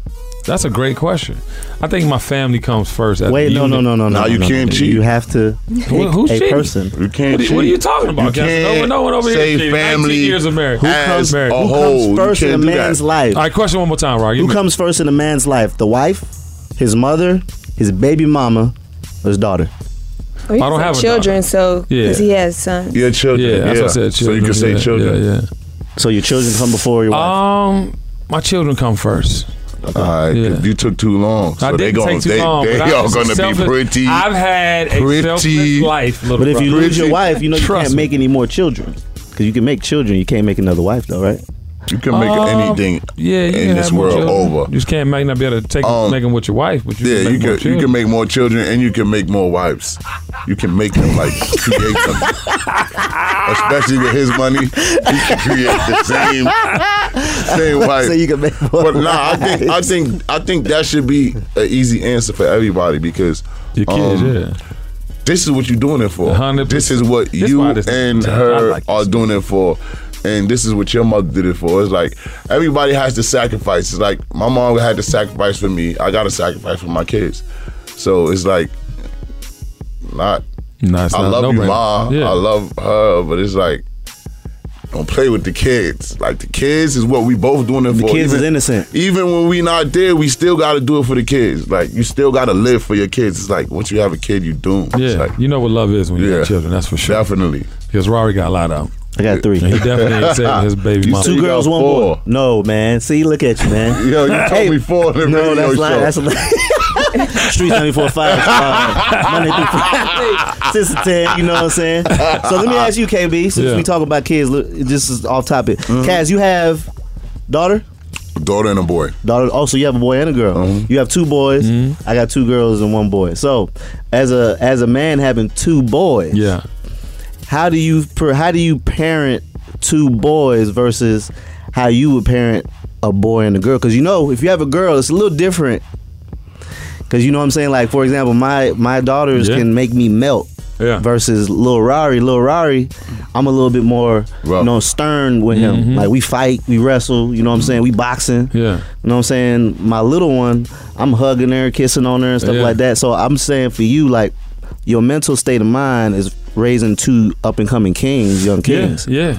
[SPEAKER 5] that's a great question. I think my family comes first. after
[SPEAKER 9] Wait, no, no, no, no, no. no, no, no. You have to pick
[SPEAKER 5] Who- who's
[SPEAKER 9] a
[SPEAKER 5] cheating?
[SPEAKER 9] person.
[SPEAKER 8] You can't
[SPEAKER 5] What are- what are you talking about,
[SPEAKER 9] You
[SPEAKER 5] Cass? No
[SPEAKER 9] can't
[SPEAKER 5] one- no one over here
[SPEAKER 9] say
[SPEAKER 5] is cheating. 19
[SPEAKER 9] family
[SPEAKER 5] years of marriage.
[SPEAKER 9] Who comes- who comes first in a man's life?
[SPEAKER 5] All right, question one more time, Rock. Give
[SPEAKER 9] Who
[SPEAKER 5] me-
[SPEAKER 9] comes first in a man's life? The wife, his mother, his baby mama, or his daughter?
[SPEAKER 10] Well, he
[SPEAKER 9] I don't
[SPEAKER 10] said
[SPEAKER 9] have a
[SPEAKER 10] children, so
[SPEAKER 9] Yeah.
[SPEAKER 10] because he has sons.
[SPEAKER 8] Yeah, children.
[SPEAKER 5] Yeah, that's what I said, children, yeah, yeah, yeah.
[SPEAKER 9] So your children come before your wife.
[SPEAKER 5] Um, my children come first.
[SPEAKER 8] All right, 'cause you took too long. So
[SPEAKER 5] I
[SPEAKER 8] they
[SPEAKER 5] didn't
[SPEAKER 8] gonna,
[SPEAKER 5] take too
[SPEAKER 8] they,
[SPEAKER 5] long.
[SPEAKER 8] They
[SPEAKER 5] but I-
[SPEAKER 8] are
[SPEAKER 5] it's
[SPEAKER 8] gonna
[SPEAKER 5] selfless-
[SPEAKER 8] be pretty.
[SPEAKER 5] I've had a
[SPEAKER 8] pretty-
[SPEAKER 5] selfless life, little
[SPEAKER 9] but if you
[SPEAKER 5] brother.
[SPEAKER 9] lose your wife, you know you
[SPEAKER 5] Trust
[SPEAKER 9] can't
[SPEAKER 5] me.
[SPEAKER 9] make any more children. Because you can make children, you can't make another wife, though, right?
[SPEAKER 8] You
[SPEAKER 9] can
[SPEAKER 5] Um, yeah, you can have more children. You just can't make not be able to take
[SPEAKER 8] Um,
[SPEAKER 5] make them with your wife, but you
[SPEAKER 8] yeah,
[SPEAKER 5] can make
[SPEAKER 8] you
[SPEAKER 5] more
[SPEAKER 8] can you
[SPEAKER 5] children.
[SPEAKER 8] can make more children and you can make more wives. You can make them like create them, especially with his money. You can create the same same wife.
[SPEAKER 9] So you can make more
[SPEAKER 8] but nah, I think I think I think that should be an easy answer for everybody because um,
[SPEAKER 5] your
[SPEAKER 8] kids,
[SPEAKER 5] yeah.
[SPEAKER 8] This is what you're doing it for.
[SPEAKER 5] 100%.
[SPEAKER 8] This is what
[SPEAKER 5] This
[SPEAKER 8] you
[SPEAKER 5] why this-
[SPEAKER 8] and
[SPEAKER 5] I
[SPEAKER 8] her
[SPEAKER 5] like
[SPEAKER 8] are doing it for. And this is what your mother did it for. It's like everybody has to sacrifice. It's like my mom had to sacrifice for me. I got to sacrifice for my kids. So it's like not.
[SPEAKER 5] Nah, it's
[SPEAKER 8] I
[SPEAKER 5] not a
[SPEAKER 8] love you,
[SPEAKER 5] no-brainer.
[SPEAKER 8] ma.
[SPEAKER 5] Yeah.
[SPEAKER 8] I love her, but it's like don't play with the kids. Like the kids is what we both doing it
[SPEAKER 9] The
[SPEAKER 8] for.
[SPEAKER 9] kids is
[SPEAKER 8] Even-
[SPEAKER 9] innocent.
[SPEAKER 8] Even when we not there, we still got to do it for the kids. Like you still got to live for your kids. It's like once you have a kid, you doomed.
[SPEAKER 5] Yeah,
[SPEAKER 8] It's like,
[SPEAKER 5] you know what love is when you
[SPEAKER 8] Yeah.
[SPEAKER 5] have children. That's for sure.
[SPEAKER 8] Definitely,
[SPEAKER 5] because Rory got a lot of. them.
[SPEAKER 9] I got three.
[SPEAKER 5] And he definitely ain't saving his baby
[SPEAKER 9] You
[SPEAKER 5] mama.
[SPEAKER 9] Two
[SPEAKER 5] You
[SPEAKER 9] girls,
[SPEAKER 5] got
[SPEAKER 9] one
[SPEAKER 5] four.
[SPEAKER 9] boy. No, man. See, look at you, man.
[SPEAKER 8] Yo, you told me four on the
[SPEAKER 9] no,
[SPEAKER 8] radio
[SPEAKER 9] that's
[SPEAKER 8] show.
[SPEAKER 9] Lying. That's a lie. Street 94 5. Uh, Monday through Friday. Six to 10, you know what I'm saying? So let me ask you, KB, since
[SPEAKER 8] Yeah.
[SPEAKER 9] we talk about kids, look, this is off topic. Kaz, you have daughter?
[SPEAKER 8] Daughter and a boy.
[SPEAKER 9] Daughter. Also, you have a boy and a girl. You have two boys. I got two girls and one boy. So, as a as a man having two boys,
[SPEAKER 5] yeah.
[SPEAKER 9] How do you per, how do you parent two boys versus how you would parent a boy and a girl? Because you know, if you have a girl, it's a little different. Because you know what I'm saying. Like for example, my my daughters
[SPEAKER 5] Yeah.
[SPEAKER 9] can make me melt.
[SPEAKER 5] Yeah.
[SPEAKER 9] Versus Lil Rari, Lil Rari, I'm a little bit more, you know, stern with him.
[SPEAKER 5] Mhm.
[SPEAKER 9] Like we fight, we wrestle. You know what I'm saying? We boxing.
[SPEAKER 5] Yeah.
[SPEAKER 9] You know what I'm saying? My little one, I'm hugging her, kissing on her, and stuff
[SPEAKER 5] Yeah.
[SPEAKER 9] like that. So I'm saying for you, like, your mental state of mind is raising two up and coming kings, young kings.
[SPEAKER 5] yeah.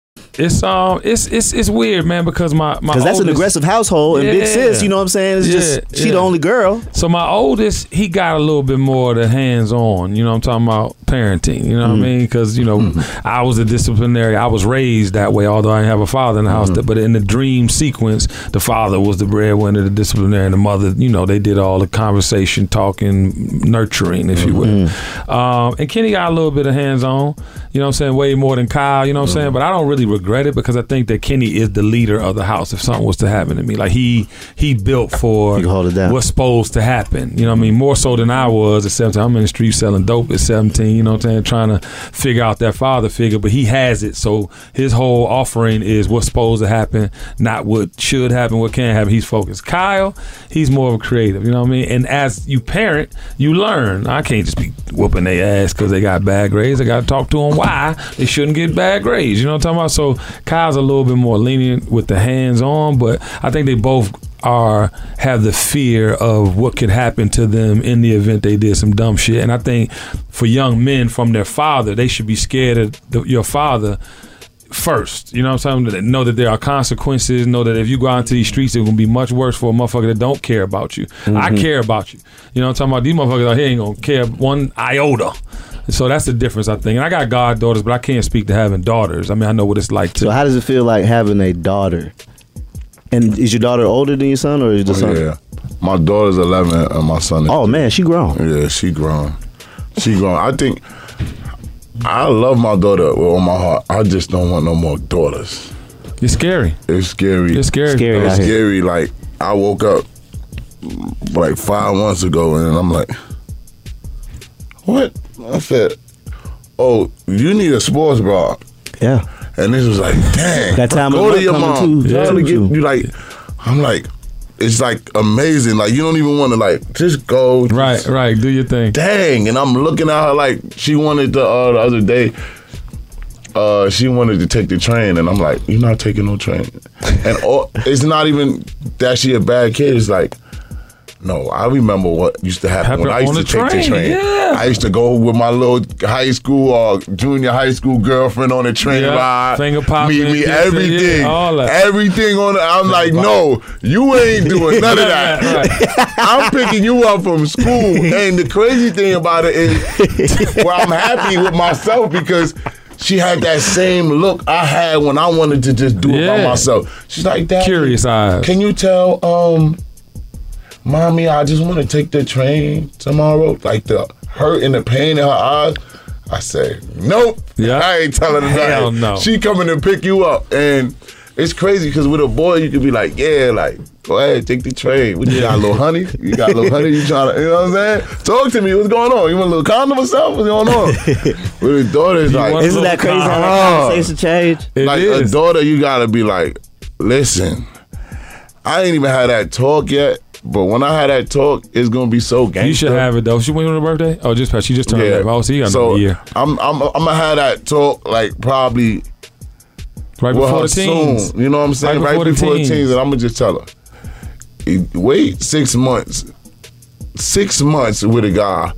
[SPEAKER 5] It's um, it's it's it's weird, man, because my my
[SPEAKER 9] Because that's an
[SPEAKER 5] oldest-
[SPEAKER 9] aggressive household, and big sis, you know what I'm saying? It's just- she the only girl.
[SPEAKER 5] So my oldest, he got a little bit more of the hands on. You know, what I'm talking about parenting. You know what I mean? Because you know, I was a disciplinary. I was raised that way, although I didn't have a father in the house. But in the dream sequence, the father was the breadwinner, the disciplinary, and the mother. You know, they did all the conversation, talking, nurturing, if you will. Um, and Kenny got a little bit of hands on. You know what I'm saying? Way more than Kyle. You know what I'm saying? But I don't really regret it because I think that Kenny is the leader of the house. If something was to happen to me, like he he built for what's supposed to happen. You know what I mean? More so than I was at 17. I'm in the street selling dope at 17. You know what I'm saying? Trying to figure out that father figure, but he has it. So his whole offering is what's supposed to happen, not what should happen, what can happen. He's focused. Kyle, he's more of a creative. You know what I mean? And as you parent, you learn. I can't just be whooping their ass because they got bad grades. I got to talk to them why they shouldn't get bad grades. You know what I'm talking about? So Kyle's a little bit more lenient with the hands on, but I think they both are have the fear of what could happen to them in the event they did some dumb shit. And I think for young men from their father, they should be scared of the, your father first. You know what I'm saying? That Know that there are consequences. Know that if you go out into these streets, it's gonna be much worse for a motherfucker that don't care about you. I
[SPEAKER 11] Mhm.
[SPEAKER 5] care about you. You know what I'm talking about? These motherfuckers out here ain't gonna care one iota. So that's the difference, I think. And I got goddaughters, but I can't speak to having daughters. I mean, I know what it's like to.
[SPEAKER 9] So how does it feel like having a daughter? And is your daughter older than your son, or is the son?
[SPEAKER 8] Oh, Yeah. My daughter's 11 and my son is Oh
[SPEAKER 9] man, she grown.
[SPEAKER 8] Yeah, she grown. She grown. I think I love my daughter with all my heart. I just don't want no more daughters.
[SPEAKER 5] It's scary.
[SPEAKER 8] It's scary.
[SPEAKER 5] It's scary. Scary
[SPEAKER 8] It's
[SPEAKER 5] out here.
[SPEAKER 8] scary. Like I woke up mm, like 5 months ago and I'm like what? I said, "Oh, you need a sports bra."
[SPEAKER 9] Yeah.
[SPEAKER 8] And this was like, "Dang."
[SPEAKER 9] That time of
[SPEAKER 8] go to
[SPEAKER 9] the month
[SPEAKER 8] your
[SPEAKER 9] coming
[SPEAKER 8] mom.
[SPEAKER 9] too.
[SPEAKER 8] Tell her to
[SPEAKER 9] Yeah.
[SPEAKER 8] get you like I'm like it's like amazing. Like you don't even want to like just go.
[SPEAKER 5] Right, right. Do your thing.
[SPEAKER 8] Dang, and I'm looking at her like she wanted to uh, the other day. Uh, she wanted to take the train, and I'm like, "You're not taking no train." And all, it's not even that she a bad kid. It's like, no, I remember what used to happen
[SPEAKER 5] Happen
[SPEAKER 8] when I used
[SPEAKER 5] on
[SPEAKER 8] to
[SPEAKER 5] the
[SPEAKER 8] take the
[SPEAKER 5] train,
[SPEAKER 8] train.
[SPEAKER 5] yeah.
[SPEAKER 8] I used to go with my little high school or junior high school girlfriend on the train
[SPEAKER 5] Yeah,
[SPEAKER 8] ride.
[SPEAKER 5] finger popping,
[SPEAKER 8] meet me
[SPEAKER 5] kissing,
[SPEAKER 8] everything,
[SPEAKER 5] yeah, all that.
[SPEAKER 8] everything on. The, I'm like, no, you ain't doing none of that. I'm picking you up from school, and the crazy thing about it is, well, I'm happy with myself because. She had that same look I had when I wanted to just do it by
[SPEAKER 5] Yeah.
[SPEAKER 8] myself. She's like, that.
[SPEAKER 5] Curious eyes.
[SPEAKER 8] Can you tell um mommy, I just want to take the train tomorrow. Like the hurt and the pain in her eyes. I say, nope. Yeah. I ain't telling her
[SPEAKER 5] Hell
[SPEAKER 8] nothing.
[SPEAKER 5] no.
[SPEAKER 8] She coming to pick you up. And it's crazy because with a boy, you could be like, yeah, like, go ahead, take the train. What, you got a little honey? You got a little honey? You trying to, you know what I'm saying? Talk to me. What's going on? You want a little condom or something? What's going on? with a daughter, it's like,
[SPEAKER 9] Isn't that crazy how that conversation change?
[SPEAKER 8] like a daughter, you gotta be like, listen, I ain't even had that talk yet, but when I had that talk, it's gonna be so gangster.
[SPEAKER 5] You should have it though. She went on her birthday. Oh, just passed. She just turned.
[SPEAKER 8] Yeah.
[SPEAKER 5] Yeah. Oh, so you got
[SPEAKER 8] So
[SPEAKER 5] another year.
[SPEAKER 8] I'm I'm I'm gonna have that talk like probably
[SPEAKER 5] Right
[SPEAKER 8] with
[SPEAKER 5] before the
[SPEAKER 8] her
[SPEAKER 5] teens.
[SPEAKER 8] soon. You know what I'm saying?
[SPEAKER 5] Right
[SPEAKER 8] Right before,
[SPEAKER 5] before the
[SPEAKER 8] the, teens. and I'm gonna just tell her, "Eh, wait six months, six months with a guy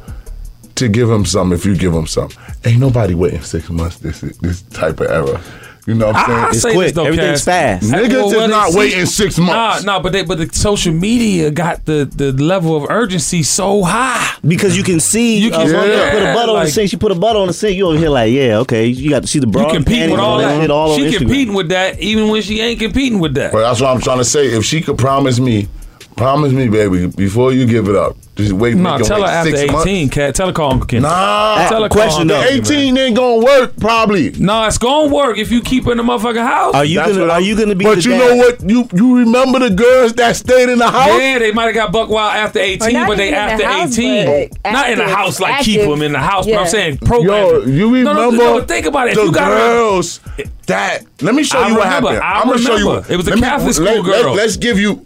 [SPEAKER 8] to give him some. If you give him some, ain't nobody waiting six months. This this type of era. You know what I'm
[SPEAKER 5] I-
[SPEAKER 8] saying?
[SPEAKER 5] I say this though, Cass. Hey,
[SPEAKER 8] Niggas
[SPEAKER 5] well,
[SPEAKER 8] is
[SPEAKER 5] well,
[SPEAKER 8] not
[SPEAKER 5] see-
[SPEAKER 8] waiting six months.
[SPEAKER 5] Nah, nah, but they, but the social media got the, the level of urgency so high
[SPEAKER 9] because you can see uh,
[SPEAKER 5] you can
[SPEAKER 9] put a butt on the sink. She put a butt on the sink. You over here like, yeah, okay. You got to see the
[SPEAKER 5] You
[SPEAKER 9] broad
[SPEAKER 5] compete
[SPEAKER 9] panties
[SPEAKER 5] with
[SPEAKER 9] and
[SPEAKER 5] all that.
[SPEAKER 9] shit all on
[SPEAKER 5] she
[SPEAKER 9] Instagram.
[SPEAKER 5] competing with that even when she ain't competing with that.
[SPEAKER 8] But that's what I'm trying to say. If she could promise me, promise me, baby, before you give it up, just wait.
[SPEAKER 5] No,
[SPEAKER 8] make her
[SPEAKER 5] tell her
[SPEAKER 8] wait
[SPEAKER 5] after
[SPEAKER 8] six months.
[SPEAKER 5] 18, cat. Tell her call Uncle Kenny.
[SPEAKER 9] Ah,
[SPEAKER 8] Nah,
[SPEAKER 5] tell her
[SPEAKER 8] question
[SPEAKER 5] call
[SPEAKER 8] though. 18 ain't gonna work probably.
[SPEAKER 5] Nah, it's gonna work if you keep her in the motherfucking house.
[SPEAKER 9] Are you
[SPEAKER 5] That's
[SPEAKER 9] gonna
[SPEAKER 5] what
[SPEAKER 9] Are
[SPEAKER 5] I'm-
[SPEAKER 9] you gonna be?
[SPEAKER 8] But
[SPEAKER 9] the
[SPEAKER 8] you
[SPEAKER 9] dad?
[SPEAKER 8] know what? You you remember the girls that stayed in the house?
[SPEAKER 5] Yeah, they might have got buck wild after 18,
[SPEAKER 8] not
[SPEAKER 5] but they
[SPEAKER 8] even in
[SPEAKER 5] after
[SPEAKER 8] the house,
[SPEAKER 5] 18.
[SPEAKER 8] but
[SPEAKER 5] Not in the
[SPEAKER 8] active-
[SPEAKER 5] house, like keep
[SPEAKER 8] active.
[SPEAKER 5] them in the house, but
[SPEAKER 8] Yeah.
[SPEAKER 5] I'm saying program.
[SPEAKER 8] Yo, you remember?
[SPEAKER 5] No, no, no, but think about it. If
[SPEAKER 8] The
[SPEAKER 5] you got her-
[SPEAKER 8] girls that. Let me show
[SPEAKER 5] I
[SPEAKER 8] you what
[SPEAKER 5] remember,
[SPEAKER 8] happened.
[SPEAKER 5] I
[SPEAKER 8] I'm gonna show you.
[SPEAKER 5] remember. It was a
[SPEAKER 8] let me-
[SPEAKER 5] Catholic
[SPEAKER 8] let-
[SPEAKER 5] school
[SPEAKER 8] let-
[SPEAKER 5] girl.
[SPEAKER 8] Let's give you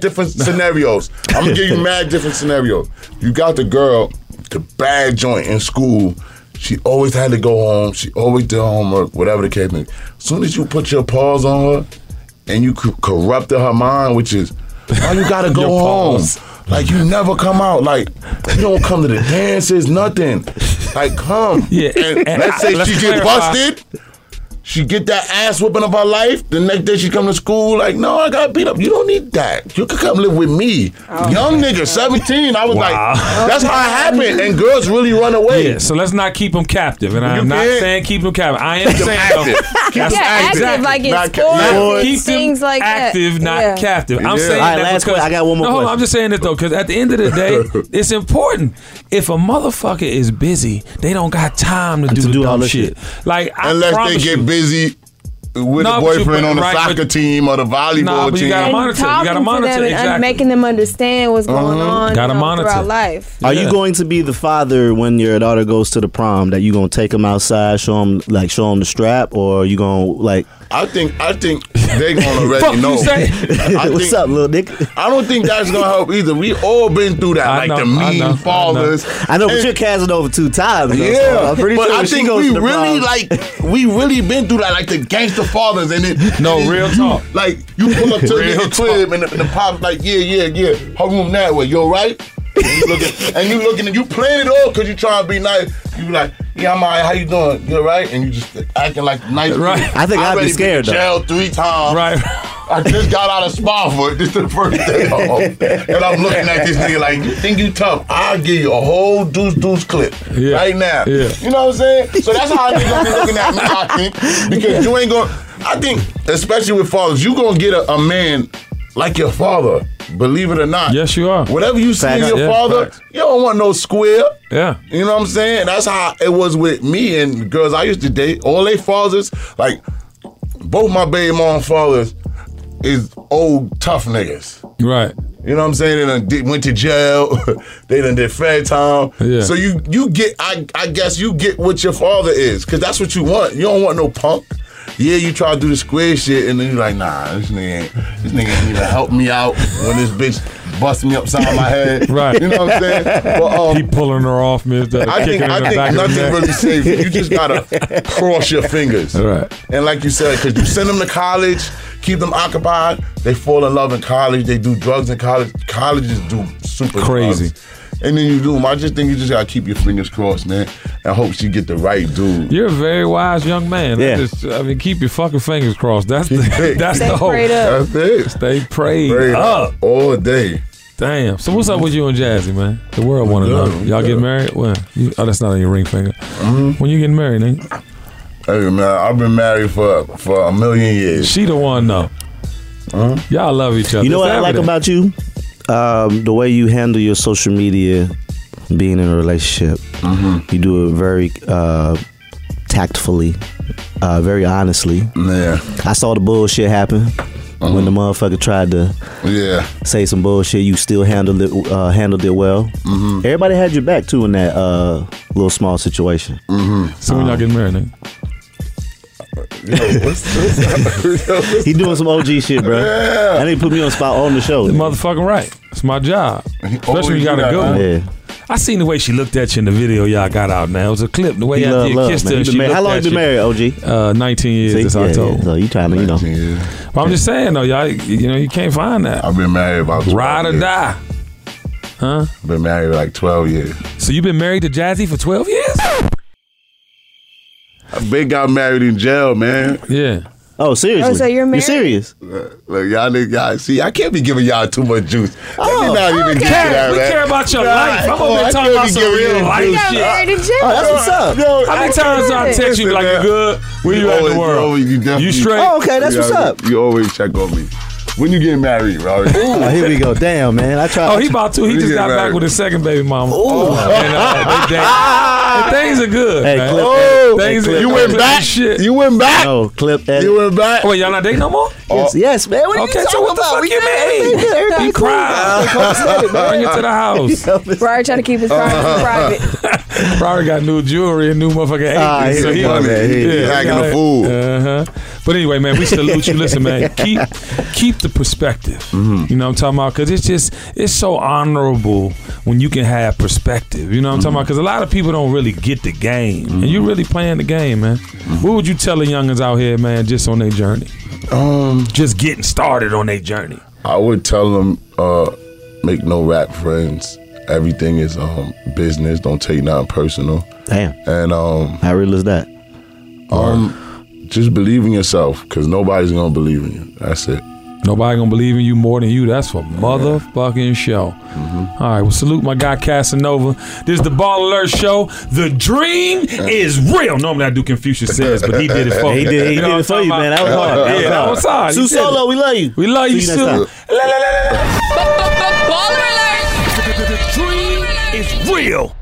[SPEAKER 8] different scenarios. I'm gonna give you mad different scenarios. You got the girl, the bad joint in school. She always had to go home. She always did homework, whatever the case may be. Soon as you put your paws on her, and you cor- corrupted her mind, which is why you gotta go
[SPEAKER 5] Your
[SPEAKER 8] home.
[SPEAKER 5] paws.
[SPEAKER 8] Like you never come out. Like you don't come to the dances, nothing. Like come.
[SPEAKER 5] Yeah,
[SPEAKER 8] And,
[SPEAKER 5] and
[SPEAKER 8] let's
[SPEAKER 5] I-
[SPEAKER 8] say
[SPEAKER 5] let's
[SPEAKER 8] she get
[SPEAKER 5] clarify.
[SPEAKER 8] busted. She get that ass whooping of her life. The next day she come to school like, no, I got beat up. You don't need that. You can come live with me.
[SPEAKER 9] Oh,
[SPEAKER 8] Young nigga, seventeen. I was
[SPEAKER 5] Wow.
[SPEAKER 8] like, that's how it happened. And girls really run away.
[SPEAKER 5] Yeah, so let's not keep them captive. And I'm
[SPEAKER 8] You
[SPEAKER 5] not
[SPEAKER 8] can't.
[SPEAKER 5] saying keep them captive. I am saying though,
[SPEAKER 8] active.
[SPEAKER 5] that's
[SPEAKER 8] Yeah,
[SPEAKER 10] active, like in
[SPEAKER 5] Not ca-
[SPEAKER 10] sports
[SPEAKER 5] not-
[SPEAKER 10] and
[SPEAKER 5] keep them
[SPEAKER 10] things like that.
[SPEAKER 5] active, not
[SPEAKER 10] Yeah.
[SPEAKER 5] captive. I'm
[SPEAKER 9] Yeah.
[SPEAKER 5] saying
[SPEAKER 9] All right,
[SPEAKER 5] that
[SPEAKER 9] last
[SPEAKER 5] because,
[SPEAKER 9] que- I got one more
[SPEAKER 5] No, hold on,
[SPEAKER 9] question.
[SPEAKER 5] I'm just saying it though, because at the end of the day, it's important. If a motherfucker is busy, they don't got time to do, the
[SPEAKER 9] do
[SPEAKER 5] dumb
[SPEAKER 9] all this
[SPEAKER 5] shit. Like I
[SPEAKER 8] Unless they
[SPEAKER 5] promise
[SPEAKER 8] get
[SPEAKER 5] you,
[SPEAKER 8] busy with
[SPEAKER 5] Nah,
[SPEAKER 8] a
[SPEAKER 5] but you-
[SPEAKER 8] boyfriend on the
[SPEAKER 5] right,
[SPEAKER 8] soccer
[SPEAKER 5] but-
[SPEAKER 8] team or the volleyball
[SPEAKER 5] Nah, but you
[SPEAKER 8] team.
[SPEAKER 5] gotta monitor. You gotta
[SPEAKER 10] Talking to
[SPEAKER 5] monitor.
[SPEAKER 10] them and un-
[SPEAKER 5] Exactly. Mm-hmm.
[SPEAKER 10] making them understand what's going on
[SPEAKER 9] Gotta
[SPEAKER 10] you know,
[SPEAKER 9] monitor.
[SPEAKER 10] throughout life.
[SPEAKER 9] Are you going to be the father when your daughter goes to the prom that you gonna take them outside, show them like show them the strap, or you gonna like?
[SPEAKER 8] I think I think they gonna already
[SPEAKER 9] Fuck you
[SPEAKER 8] know.
[SPEAKER 9] say. What's up, little Nick?
[SPEAKER 8] I don't think that's gonna help either. We all been through that, like
[SPEAKER 5] know,
[SPEAKER 8] the
[SPEAKER 5] I know, I know.
[SPEAKER 8] mean fathers.
[SPEAKER 9] I know, but
[SPEAKER 8] And-
[SPEAKER 9] you're Casanova two times. though, so
[SPEAKER 8] yeah,
[SPEAKER 9] I'm pretty
[SPEAKER 8] but
[SPEAKER 9] sure
[SPEAKER 8] I
[SPEAKER 9] she
[SPEAKER 8] think
[SPEAKER 9] goes
[SPEAKER 8] we
[SPEAKER 9] to the
[SPEAKER 8] really
[SPEAKER 9] prom.
[SPEAKER 8] like we really been through that, like the gangster fathers, and it.
[SPEAKER 5] No,
[SPEAKER 8] and it-
[SPEAKER 5] real
[SPEAKER 8] you-
[SPEAKER 5] talk.
[SPEAKER 8] Like you pull up to the
[SPEAKER 5] Real
[SPEAKER 8] nigga crib, and the, and the pop's like, yeah, yeah, yeah, her room that way. You all right? And you looking, and you looking, and you playing it all because you trying to be nice. You like, yeah, I'm alright. How you doing? You all right? And you just like, acting like nice.
[SPEAKER 5] Right.
[SPEAKER 8] people.
[SPEAKER 9] I think
[SPEAKER 8] I
[SPEAKER 9] I'd be
[SPEAKER 8] already
[SPEAKER 9] scared,
[SPEAKER 8] Been
[SPEAKER 9] though.
[SPEAKER 8] in jail three times.
[SPEAKER 5] Right.
[SPEAKER 8] I just got out of spa for it. This the first day off. And I'm looking at this nigga like, you think you tough? I'll give you a whole deuce deuce clip
[SPEAKER 5] Yeah.
[SPEAKER 8] right now.
[SPEAKER 5] Yeah.
[SPEAKER 8] You know what I'm saying? So that's how niggas gonna be looking at me, I think. Because you ain't gonna I think, especially with fathers, you gonna get a, a man like your father, believe it or not.
[SPEAKER 5] Yes, you are.
[SPEAKER 8] Whatever you see in
[SPEAKER 5] Facts.
[SPEAKER 8] your
[SPEAKER 5] Yeah,
[SPEAKER 8] father,
[SPEAKER 5] facts.
[SPEAKER 8] you don't want no square.
[SPEAKER 5] Yeah.
[SPEAKER 8] You know what I'm saying? That's how it was with me and girls I used to date. All they fathers, like both my baby mom fathers, is old tough niggas.
[SPEAKER 5] Right.
[SPEAKER 8] You know what I'm saying? They done did, went to jail. they done did fair time.
[SPEAKER 5] Yeah.
[SPEAKER 8] So you you get I I guess you get what your father is because that's what you want. You don't want no punk. Yeah, you try to do the square shit, and then you're like, nah, this nigga ain't, this nigga ain't even help me out when this bitch bust me upside my head.
[SPEAKER 5] Right.
[SPEAKER 8] You know what I'm saying? But, um,
[SPEAKER 5] he pulling her off, Mister.
[SPEAKER 8] I think
[SPEAKER 5] her
[SPEAKER 8] I
[SPEAKER 5] in the
[SPEAKER 8] think
[SPEAKER 5] back of the
[SPEAKER 8] nothing
[SPEAKER 5] neck.
[SPEAKER 8] really saves you. You just gotta cross your fingers.
[SPEAKER 5] Right.
[SPEAKER 8] And like you said, because you send them to college, keep them occupied. They fall in love in college. They do drugs in college. Colleges do super
[SPEAKER 5] Crazy.
[SPEAKER 8] drugs. And then you do them. I just think you just gotta keep your fingers crossed, man, and hope she get the right dude.
[SPEAKER 5] You're a very wise young man. I,
[SPEAKER 9] Yeah.
[SPEAKER 5] just, I mean, keep your fucking fingers crossed. That's the, that's
[SPEAKER 10] Stay
[SPEAKER 5] the whole.
[SPEAKER 10] prayed up.
[SPEAKER 8] That's it.
[SPEAKER 5] Stay prayed
[SPEAKER 8] Prayed
[SPEAKER 5] up.
[SPEAKER 8] all day.
[SPEAKER 5] Damn. So what's up with you and Jazzy, man? The world want to
[SPEAKER 8] good,
[SPEAKER 5] know.
[SPEAKER 8] I'm
[SPEAKER 5] Y'all
[SPEAKER 8] good. Mm-hmm.
[SPEAKER 5] get married? When? You, oh, that's not on your ring finger. When you getting married, nigga?
[SPEAKER 8] Hey man, I've been married for for a million years.
[SPEAKER 5] She the one though.
[SPEAKER 8] Mm-hmm.
[SPEAKER 5] Y'all love each other.
[SPEAKER 9] You know what
[SPEAKER 5] It's
[SPEAKER 9] I like
[SPEAKER 5] evident.
[SPEAKER 9] about you? Um, the way you handle your social media, being in a relationship.
[SPEAKER 8] Mm-hmm.
[SPEAKER 9] You do it very uh, tactfully, uh, very honestly.
[SPEAKER 8] Yeah,
[SPEAKER 9] I saw the bullshit happen when
[SPEAKER 8] Uh-huh.
[SPEAKER 9] the motherfucker tried to
[SPEAKER 8] yeah.
[SPEAKER 9] say some bullshit. You still handled it uh, handled it well. Everybody had your back too in that uh, little small situation.
[SPEAKER 5] So when y'all getting married, nigga?
[SPEAKER 9] He doing some OG shit, bro. I need to put me on spot on the show.
[SPEAKER 5] You're motherfucking right. It's my job. Especially when you got a good
[SPEAKER 8] always do Oh, that,
[SPEAKER 5] one.
[SPEAKER 9] Yeah.
[SPEAKER 5] I seen the way she looked at you in the video y'all got out, man. It was a clip. The way
[SPEAKER 9] He
[SPEAKER 5] y'all
[SPEAKER 9] love
[SPEAKER 5] did
[SPEAKER 9] love,
[SPEAKER 5] kissed her.
[SPEAKER 9] man. He
[SPEAKER 5] and
[SPEAKER 9] been
[SPEAKER 5] she
[SPEAKER 9] married- How
[SPEAKER 5] looked
[SPEAKER 9] long
[SPEAKER 5] at
[SPEAKER 9] you been married, OG?
[SPEAKER 5] Uh, 19 years
[SPEAKER 9] See?
[SPEAKER 5] this
[SPEAKER 9] Yeah,
[SPEAKER 5] October.
[SPEAKER 9] yeah. So you trying to, you know.
[SPEAKER 8] Yeah.
[SPEAKER 5] But I'm just saying though, y'all, you know, you can't find that.
[SPEAKER 8] I've been married about 12
[SPEAKER 5] Ride or
[SPEAKER 8] years.
[SPEAKER 5] die. Huh?
[SPEAKER 8] Been married like 12 years.
[SPEAKER 5] So you've been married to Jazzy for 12 years?
[SPEAKER 8] I've Big got married in jail, man.
[SPEAKER 10] Yeah.
[SPEAKER 9] Oh, seriously?
[SPEAKER 12] Oh, so you're married?
[SPEAKER 9] serious?
[SPEAKER 8] Look, look, y'all, niggas- y'all see, I can't be giving y'all too much juice. Oh, not
[SPEAKER 10] I
[SPEAKER 8] even
[SPEAKER 10] don't
[SPEAKER 8] get
[SPEAKER 10] care.
[SPEAKER 8] to that,
[SPEAKER 10] We
[SPEAKER 8] man.
[SPEAKER 10] care about your
[SPEAKER 8] Nah,
[SPEAKER 10] life. I'm over
[SPEAKER 8] oh, I
[SPEAKER 10] here talking
[SPEAKER 8] can't
[SPEAKER 10] about
[SPEAKER 8] be
[SPEAKER 10] some
[SPEAKER 8] giving
[SPEAKER 10] real
[SPEAKER 8] you
[SPEAKER 10] life
[SPEAKER 8] juice.
[SPEAKER 10] shit.
[SPEAKER 8] I-
[SPEAKER 9] Oh, that's what's up.
[SPEAKER 10] How many times I text you like you good? Where you at in
[SPEAKER 8] always-
[SPEAKER 10] the world?
[SPEAKER 8] always- Oh, definitely-
[SPEAKER 10] straight? Oh,
[SPEAKER 9] okay, that's
[SPEAKER 8] you
[SPEAKER 9] what's
[SPEAKER 8] always-
[SPEAKER 9] up.
[SPEAKER 8] You always check on me. When you get married, Robert?
[SPEAKER 9] Oh, here we go. Damn, man. I tried.
[SPEAKER 10] Oh, he about to. He
[SPEAKER 8] You
[SPEAKER 10] just
[SPEAKER 8] get
[SPEAKER 10] got back
[SPEAKER 8] married.
[SPEAKER 10] with his second baby mama. And, uh, they dating. And things are good.
[SPEAKER 9] Hey,
[SPEAKER 10] man.
[SPEAKER 9] Cliff.
[SPEAKER 8] Oh,
[SPEAKER 9] Hey,
[SPEAKER 10] Things
[SPEAKER 9] Clip
[SPEAKER 10] are
[SPEAKER 8] you
[SPEAKER 9] that.
[SPEAKER 8] went
[SPEAKER 10] Clip
[SPEAKER 8] back.
[SPEAKER 10] Shit.
[SPEAKER 8] You went back.
[SPEAKER 9] No, clip that.
[SPEAKER 8] You went back.
[SPEAKER 10] Wait, y'all not dating no more?
[SPEAKER 9] yes, yes, man. What are
[SPEAKER 10] Okay,
[SPEAKER 9] you
[SPEAKER 10] so
[SPEAKER 9] talking
[SPEAKER 10] what the
[SPEAKER 9] about?
[SPEAKER 10] fuck
[SPEAKER 9] We
[SPEAKER 10] you
[SPEAKER 9] married,
[SPEAKER 10] mean?
[SPEAKER 9] nigga. Everything
[SPEAKER 10] You cried.
[SPEAKER 9] cool. Understand it, man.
[SPEAKER 10] Bring it to the house.
[SPEAKER 12] Brian trying to keep his private. private.
[SPEAKER 10] Probably got new jewelry and new motherfucking
[SPEAKER 9] Ah,
[SPEAKER 10] anchors.
[SPEAKER 9] here we go, man. He-
[SPEAKER 8] he hacking the fool.
[SPEAKER 10] Uh huh. But anyway, man, we salute you. Listen, man, keep keep the perspective.
[SPEAKER 9] Mm-hmm.
[SPEAKER 10] You know what I'm talking about? Because it's just it's so honorable when you can have perspective. You know what I'm talking
[SPEAKER 9] Mm-hmm.
[SPEAKER 10] about? Because a lot of people don't really get the game, and you're really playing the game, man.
[SPEAKER 9] Mm-hmm.
[SPEAKER 10] What would you tell the youngins out here, man, just on their journey,
[SPEAKER 8] Um,
[SPEAKER 10] just getting started on their journey?
[SPEAKER 8] I would tell them, uh, make no rap friends. Everything is um business. Don't take nothing personal.
[SPEAKER 9] Damn.
[SPEAKER 8] And um,
[SPEAKER 9] How real is that?
[SPEAKER 8] um, just believe in yourself, because nobody's gonna believe in you. That's it.
[SPEAKER 10] Nobody gonna believe in you more than you. That's for motherfucking show. All right, well, salute my guy Casanova. This is the Ball Alert Show. The dream is real. Normally I do Confucius says, but he did it for
[SPEAKER 9] He
[SPEAKER 10] me.
[SPEAKER 9] did. He
[SPEAKER 10] You know
[SPEAKER 9] did
[SPEAKER 10] what
[SPEAKER 9] it for
[SPEAKER 10] I'm talking
[SPEAKER 9] you, man. That
[SPEAKER 10] about?
[SPEAKER 9] was hard. That was
[SPEAKER 10] Yeah,
[SPEAKER 9] hard.
[SPEAKER 10] I'm sorry.
[SPEAKER 9] Sue
[SPEAKER 10] He did it.
[SPEAKER 9] Solo, we love you.
[SPEAKER 10] We love you,
[SPEAKER 9] See
[SPEAKER 10] Sue.
[SPEAKER 9] next time.
[SPEAKER 10] La, la, la, la, la.
[SPEAKER 13] Baller alert!
[SPEAKER 10] The dream is real.